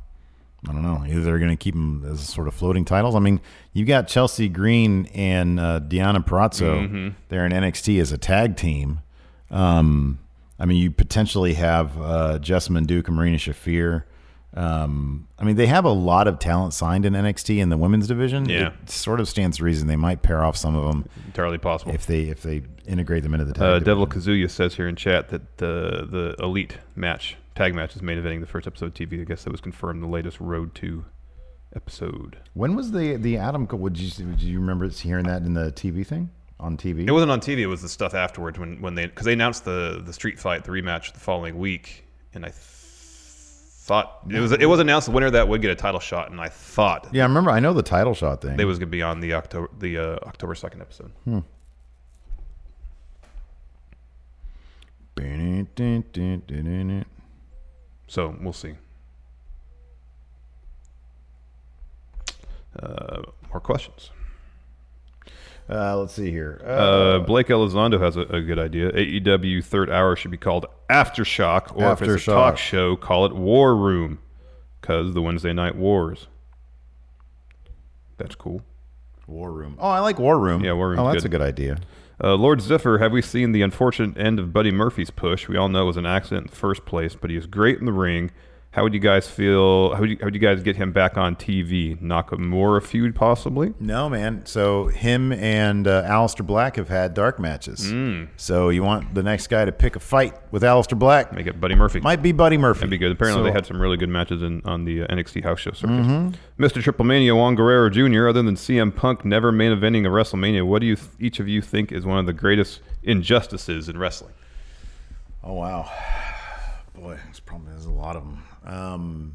[SPEAKER 7] I don't know. Either they're going to keep them as sort of floating titles. I mean, you've got Chelsea Green and uh, Deanna Perazzo
[SPEAKER 5] Mhm.
[SPEAKER 7] there in NXT as a tag team. Um, I mean, you potentially have uh, Jessamine Duke and Marina Shafir Um, I mean, they have a lot of talent signed in NXT in the women's division.
[SPEAKER 5] Yeah.
[SPEAKER 7] It sort of stands to reason they might pair off some of them.
[SPEAKER 5] Entirely possible
[SPEAKER 7] if they if they integrate them into the tag.
[SPEAKER 5] Uh,
[SPEAKER 7] division.
[SPEAKER 5] Devil Kazuya says here in chat that the the elite match tag match is main eventing the first episode of TV. I guess that was confirmed in the latest Road to episode.
[SPEAKER 7] When was the the Adam? Cole? Would you do you remember hearing that in the TV thing on TV?
[SPEAKER 5] It wasn't on TV. It was the stuff afterwards when when they because they announced the the street fight the rematch the following week, and I th- thought it was it was announced the winner that would get a title shot, and I thought
[SPEAKER 7] Yeah, I remember. I know the title shot thing.
[SPEAKER 5] they was going to be on the October the uh, October second episode.
[SPEAKER 7] Hmm.
[SPEAKER 5] So we'll see. Uh, more questions.
[SPEAKER 7] Uh, let's see here. Uh,
[SPEAKER 5] Uh, Blake Elizondo has a, a good idea. AEW third hour should be called Aftershock, or if it's a
[SPEAKER 7] Aftershock.
[SPEAKER 5] talk show, call it War Room, because the Wednesday night wars. That's cool.
[SPEAKER 7] War Room. Oh, I like War Room.
[SPEAKER 5] Yeah, War Room.
[SPEAKER 7] Oh, that's a good idea.
[SPEAKER 5] Uh, Lord Zephyr, have we seen the unfortunate end of Buddy Murphy's push? We all know it was an accident in the first place, but he is great in the ring. How would you guys feel? How would you, how would you guys get him back on TV? Nakamura feud, possibly?
[SPEAKER 7] No, man. So him and uh, Alistair Black have had dark matches.
[SPEAKER 5] Mm.
[SPEAKER 7] So you want the next guy to pick a fight with Alistar Black?
[SPEAKER 5] Make it Buddy Murphy.
[SPEAKER 7] Might be Buddy Murphy.
[SPEAKER 5] That'd be good. Apparently,
[SPEAKER 7] So-
[SPEAKER 5] they had some really good matches in, on the uh, NXT house show circuit.
[SPEAKER 7] Mhm.
[SPEAKER 5] Mr. Triple Mania Juan Guerrero Jr., other than CM Punk never main eventing a WrestleMania, what do you th- each of you think is one of the greatest injustices in wrestling?
[SPEAKER 7] Oh wow, boy, there's probably there's a lot of them. Um,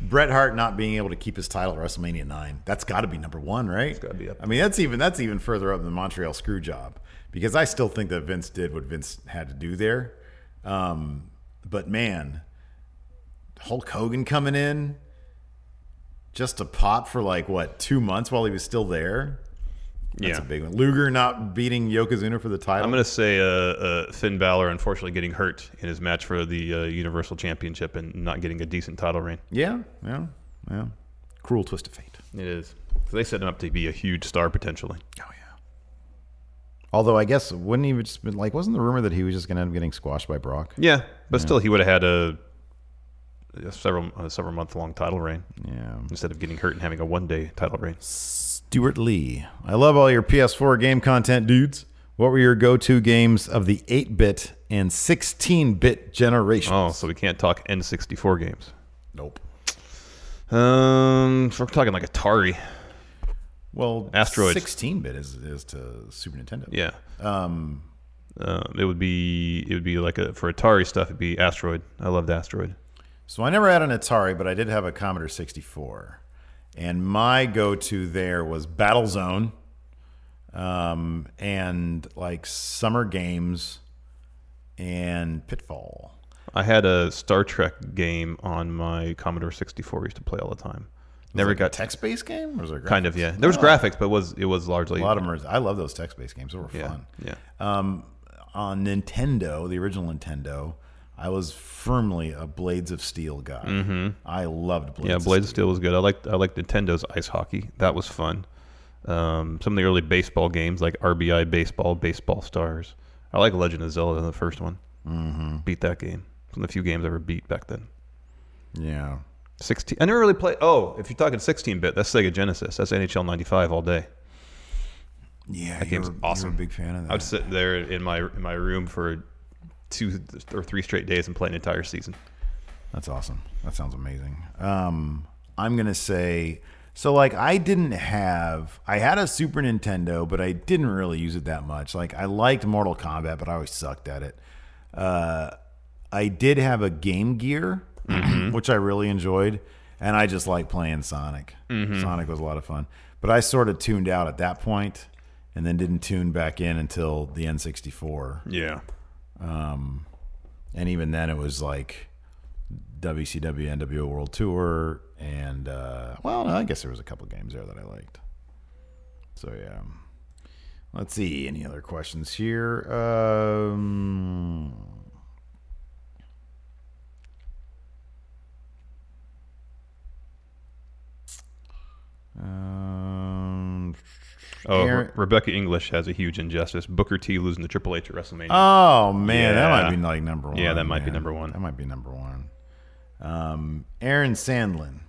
[SPEAKER 7] Bret Hart not being able to keep his title at WrestleMania nine. That's got to be number one, right? It's got to be up. I mean, that's even that's even further up than Montreal screw job because I still think that Vince did what Vince had to do there. Um, but man, Hulk Hogan coming in just to pop for like what two months while he was still there. That's
[SPEAKER 5] Yeah.
[SPEAKER 7] a big one. Luger not beating Yokozuna for the title.
[SPEAKER 5] I'm going to say uh, uh, Finn Balor, unfortunately, getting hurt in his match for the uh, Universal Championship and not getting a decent title reign.
[SPEAKER 7] yeah, yeah, yeah. Cruel twist of fate.
[SPEAKER 5] It is. So they set him up to be a huge star potentially.
[SPEAKER 7] Although I guess wouldn't he have just been like? Wasn't the rumor that he was just going to end up getting squashed by Brock?
[SPEAKER 5] Yeah, but
[SPEAKER 7] Yeah.
[SPEAKER 5] still, he would have had a, a several a several month long title reign.
[SPEAKER 7] Yeah.
[SPEAKER 5] Instead of getting hurt and having a one day title reign.
[SPEAKER 7] Stuart Lee. I love all your PS4 game content, dudes. What were your go-to games of the 8-bit and 16-bit generation?
[SPEAKER 5] Oh, so we can't talk N64 games.
[SPEAKER 7] Nope.
[SPEAKER 5] Um, so we're talking like Atari.
[SPEAKER 7] Well,
[SPEAKER 5] Asteroids.
[SPEAKER 7] 16-bit is is to Super Nintendo.
[SPEAKER 5] Yeah.
[SPEAKER 7] Um,
[SPEAKER 5] Um, it would be it would be like a for Atari stuff. It'd be Asteroid. I loved Asteroid.
[SPEAKER 7] So I never had an Atari, but I did have a Commodore 64. And my go to there was Battlezone um, and like Summer Games and Pitfall.
[SPEAKER 5] I had a Star Trek game on my Commodore 64. I used to play all the time. Never got
[SPEAKER 7] text based game. Or was there
[SPEAKER 5] kind of
[SPEAKER 7] graphics?
[SPEAKER 5] yeah. There was
[SPEAKER 7] Oh.
[SPEAKER 5] graphics, but it was it was largely
[SPEAKER 7] A lot of them are, I love those text based games. They were
[SPEAKER 5] Yeah,
[SPEAKER 7] fun.
[SPEAKER 5] yeah.
[SPEAKER 7] Um, on Nintendo, the original Nintendo, I was firmly a Blades of Steel guy.
[SPEAKER 5] Mhm.
[SPEAKER 7] I loved Blades
[SPEAKER 5] yeah.
[SPEAKER 7] of
[SPEAKER 5] Blades of Steel was good. I liked I liked Nintendo's ice hockey. That was fun. Um, some of the early baseball games like RBI Baseball, Baseball Stars. I like Legend of Zelda, the first one. Mm-hmm. Beat that game. It's One of the few games I ever beat back then.
[SPEAKER 7] Yeah.
[SPEAKER 5] 16. I never really played. Oh, if you're talking 16 bit, that's Sega Genesis. That's NHL 95 all day.
[SPEAKER 7] Yeah,
[SPEAKER 5] that
[SPEAKER 7] you
[SPEAKER 5] game's
[SPEAKER 7] were- you were a
[SPEAKER 5] awesome.
[SPEAKER 7] big fan of that.
[SPEAKER 5] I'd sit there in my in my room for two or three straight days and play an entire season.
[SPEAKER 7] That's awesome. That sounds amazing. Um, I'm gonna say so. Like I didn't have. I had a Super Nintendo, but I didn't really use it that much. Like I liked Mortal Kombat, but I always sucked at it. Uh, I did have a Game Gear, which I really enjoyed, and I just like playing Sonic.
[SPEAKER 5] Mhm.
[SPEAKER 7] Sonic was a lot of fun, but I sort of tuned out at that point, and then didn't tune back in until the N64.
[SPEAKER 5] Yeah.
[SPEAKER 7] Um, and even then, it was like WCW NWO World Tour, and uh, well, no, I guess there was a couple games there that I liked. So yeah, let's see any other questions here. Um, um,
[SPEAKER 5] Oh,
[SPEAKER 7] Aaron-
[SPEAKER 5] Re- Rebecca English has a huge injustice. Booker T losing to Triple H at WrestleMania.
[SPEAKER 7] Oh man, that
[SPEAKER 5] Yeah.
[SPEAKER 7] might be like number one.
[SPEAKER 5] Yeah, that might be number
[SPEAKER 7] one. That might be number one. Um, Aaron Sandlin.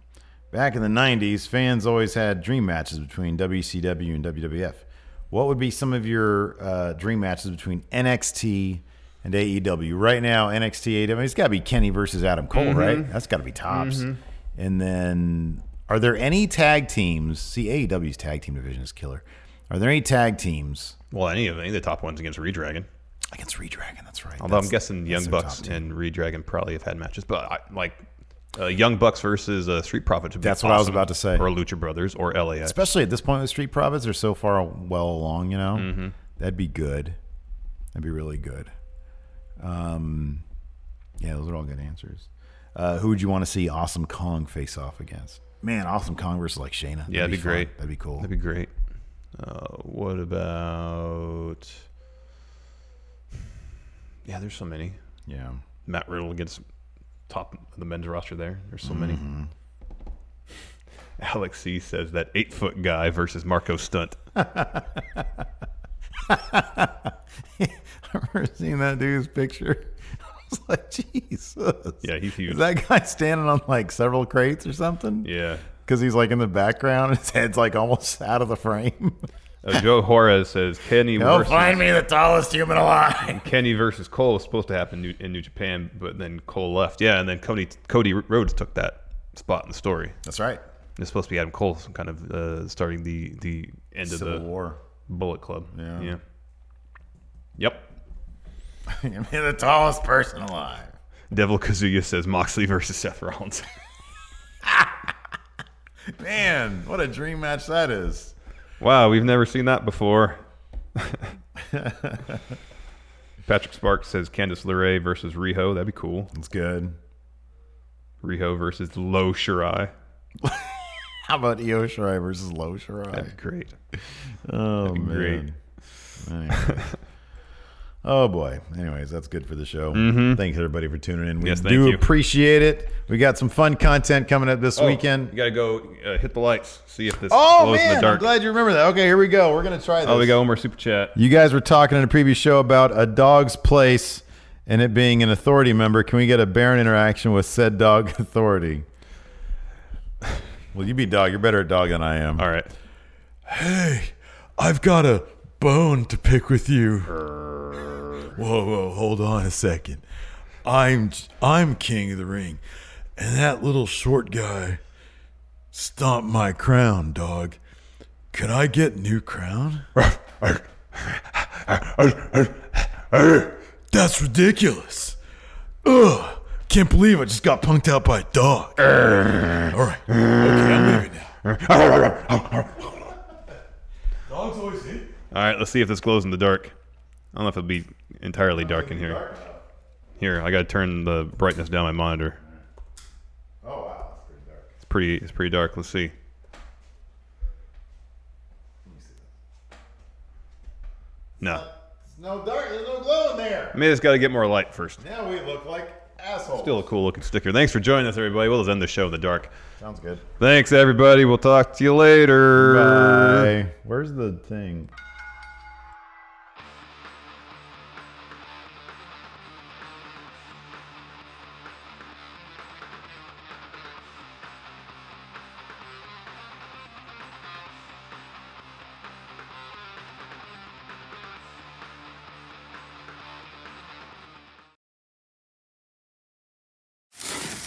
[SPEAKER 7] Back in the '90s, fans always had dream matches between WCW and WWF. What would be some of your uh, dream matches between NXT and AEW right now? NXT AEW. E It's got to be Kenny versus Adam Cole,
[SPEAKER 5] Mm-hmm.
[SPEAKER 4] Mhm.
[SPEAKER 7] right? That's got to be tops.
[SPEAKER 4] Mhm.
[SPEAKER 7] And then, are there any tag teams? See, AEW's tag team division is killer. Are there any tag teams?
[SPEAKER 5] Well, any of any of the top ones against Redragon.
[SPEAKER 7] Against Redragon, that's right.
[SPEAKER 5] Although I'm
[SPEAKER 7] That's-
[SPEAKER 5] guessing Young
[SPEAKER 7] that's their
[SPEAKER 5] Bucks
[SPEAKER 7] top
[SPEAKER 5] and Redragon probably have had matches, but I, like uh, Young Bucks versus uh, Street Profits. would be
[SPEAKER 7] That's what I was
[SPEAKER 5] awesome.
[SPEAKER 7] about to say.
[SPEAKER 5] Or Lucha Brothers or LAX.
[SPEAKER 7] especially at this point with street profits are so far well along you know
[SPEAKER 5] Mm-hmm.
[SPEAKER 7] that'd be good that'd be really good um yeah those are all good answers uh who would you want to see awesome kong face off against man awesome kong versus like shayna
[SPEAKER 5] yeah, that'd be,
[SPEAKER 7] fun.
[SPEAKER 5] great.
[SPEAKER 7] that'd be cool
[SPEAKER 5] That'd be great. Uh, what about? Yeah, there's so many.
[SPEAKER 7] Yeah,
[SPEAKER 5] Matt Riddle against top of the men's roster. There, there's so many.
[SPEAKER 7] Mm-hmm.
[SPEAKER 5] Alex C says that eight foot guy versus Marco Stunt.
[SPEAKER 7] i remember seeing that dude's picture i was like jesus
[SPEAKER 5] Yeah, he's huge.
[SPEAKER 7] is that guy standing on like several crates or something
[SPEAKER 5] Yeah.
[SPEAKER 7] because he's like in the background his head's like almost out of the frame
[SPEAKER 5] Uh, Joe Juarez says Kenny.
[SPEAKER 7] Go
[SPEAKER 5] versus-
[SPEAKER 7] find me the tallest human alive.
[SPEAKER 5] Kenny versus Cole was supposed to happen in New, in New Japan, but then Cole left. Yeah, and then Cody Cody Rhodes took that spot in the story.
[SPEAKER 7] That's right.
[SPEAKER 5] It's supposed to be Adam Cole, some kind of uh, starting the the end
[SPEAKER 7] Civil
[SPEAKER 5] of the
[SPEAKER 7] War
[SPEAKER 5] Bullet Club.
[SPEAKER 7] Yeah.
[SPEAKER 5] yeah. Yep.
[SPEAKER 7] You're the tallest person alive.
[SPEAKER 5] Devil Kazuya says Moxley versus Seth Rollins.
[SPEAKER 7] Man, what a dream match that is.
[SPEAKER 5] wow, we've never seen that before. Patrick Sparks says Candice LeRae versus Riho. That'd be cool.
[SPEAKER 7] That's good.
[SPEAKER 5] Riho versus Lo Shirai.
[SPEAKER 7] How about Io Shirai versus Lo Shirai?
[SPEAKER 5] That'd be great.
[SPEAKER 7] Oh
[SPEAKER 5] That'd be
[SPEAKER 7] man.
[SPEAKER 5] great.
[SPEAKER 7] Anyway. oh boy. Anyways, that's good for the show.
[SPEAKER 5] Mhm.
[SPEAKER 7] Thanks everybody for tuning in. We
[SPEAKER 5] Yes, thank
[SPEAKER 7] do
[SPEAKER 5] you.
[SPEAKER 7] appreciate it. We got some fun content coming up this
[SPEAKER 5] Oh,
[SPEAKER 7] weekend.
[SPEAKER 5] You got to go uh, hit the lights. See if this
[SPEAKER 7] Oh
[SPEAKER 5] glows in
[SPEAKER 7] man,
[SPEAKER 5] the dark.
[SPEAKER 7] I'm glad you remember that. Okay, here we go. We're gonna try this.
[SPEAKER 5] Oh, we got one more super chat.
[SPEAKER 7] You guys were talking in a previous show about a dog's place and it being an authority member. Can we get a Baron interaction with said dog authority? Well, you be dog. You're better at dog than I am. All
[SPEAKER 5] right.
[SPEAKER 9] Hey, I've got a bone to pick with you. Whoa, whoa, hold on a second. I'm I'm king of the ring, and that little short guy stomped my crown, dog. Can I get new crown? That's ridiculous. Ugh, can't believe I just got punked out by a dog. All right, okay, I'm leaving now. Dogs always hit.
[SPEAKER 5] All right, let's see if this glows in the dark. I don't know if it'll be entirely dark in here. Here, I got to turn the brightness down my monitor.
[SPEAKER 7] Oh,
[SPEAKER 5] It's pretty. It's pretty dark. Let's see. No,
[SPEAKER 7] There's no dark. There's no glow in there.
[SPEAKER 5] I mean, it's got to get more light first.
[SPEAKER 7] Now we look like assholes.
[SPEAKER 5] Still a cool looking sticker. Thanks for joining us, everybody. We'll just end the show in the dark.
[SPEAKER 7] Sounds good.
[SPEAKER 5] Thanks, everybody. We'll talk to you later.
[SPEAKER 7] Bye. Where's the thing?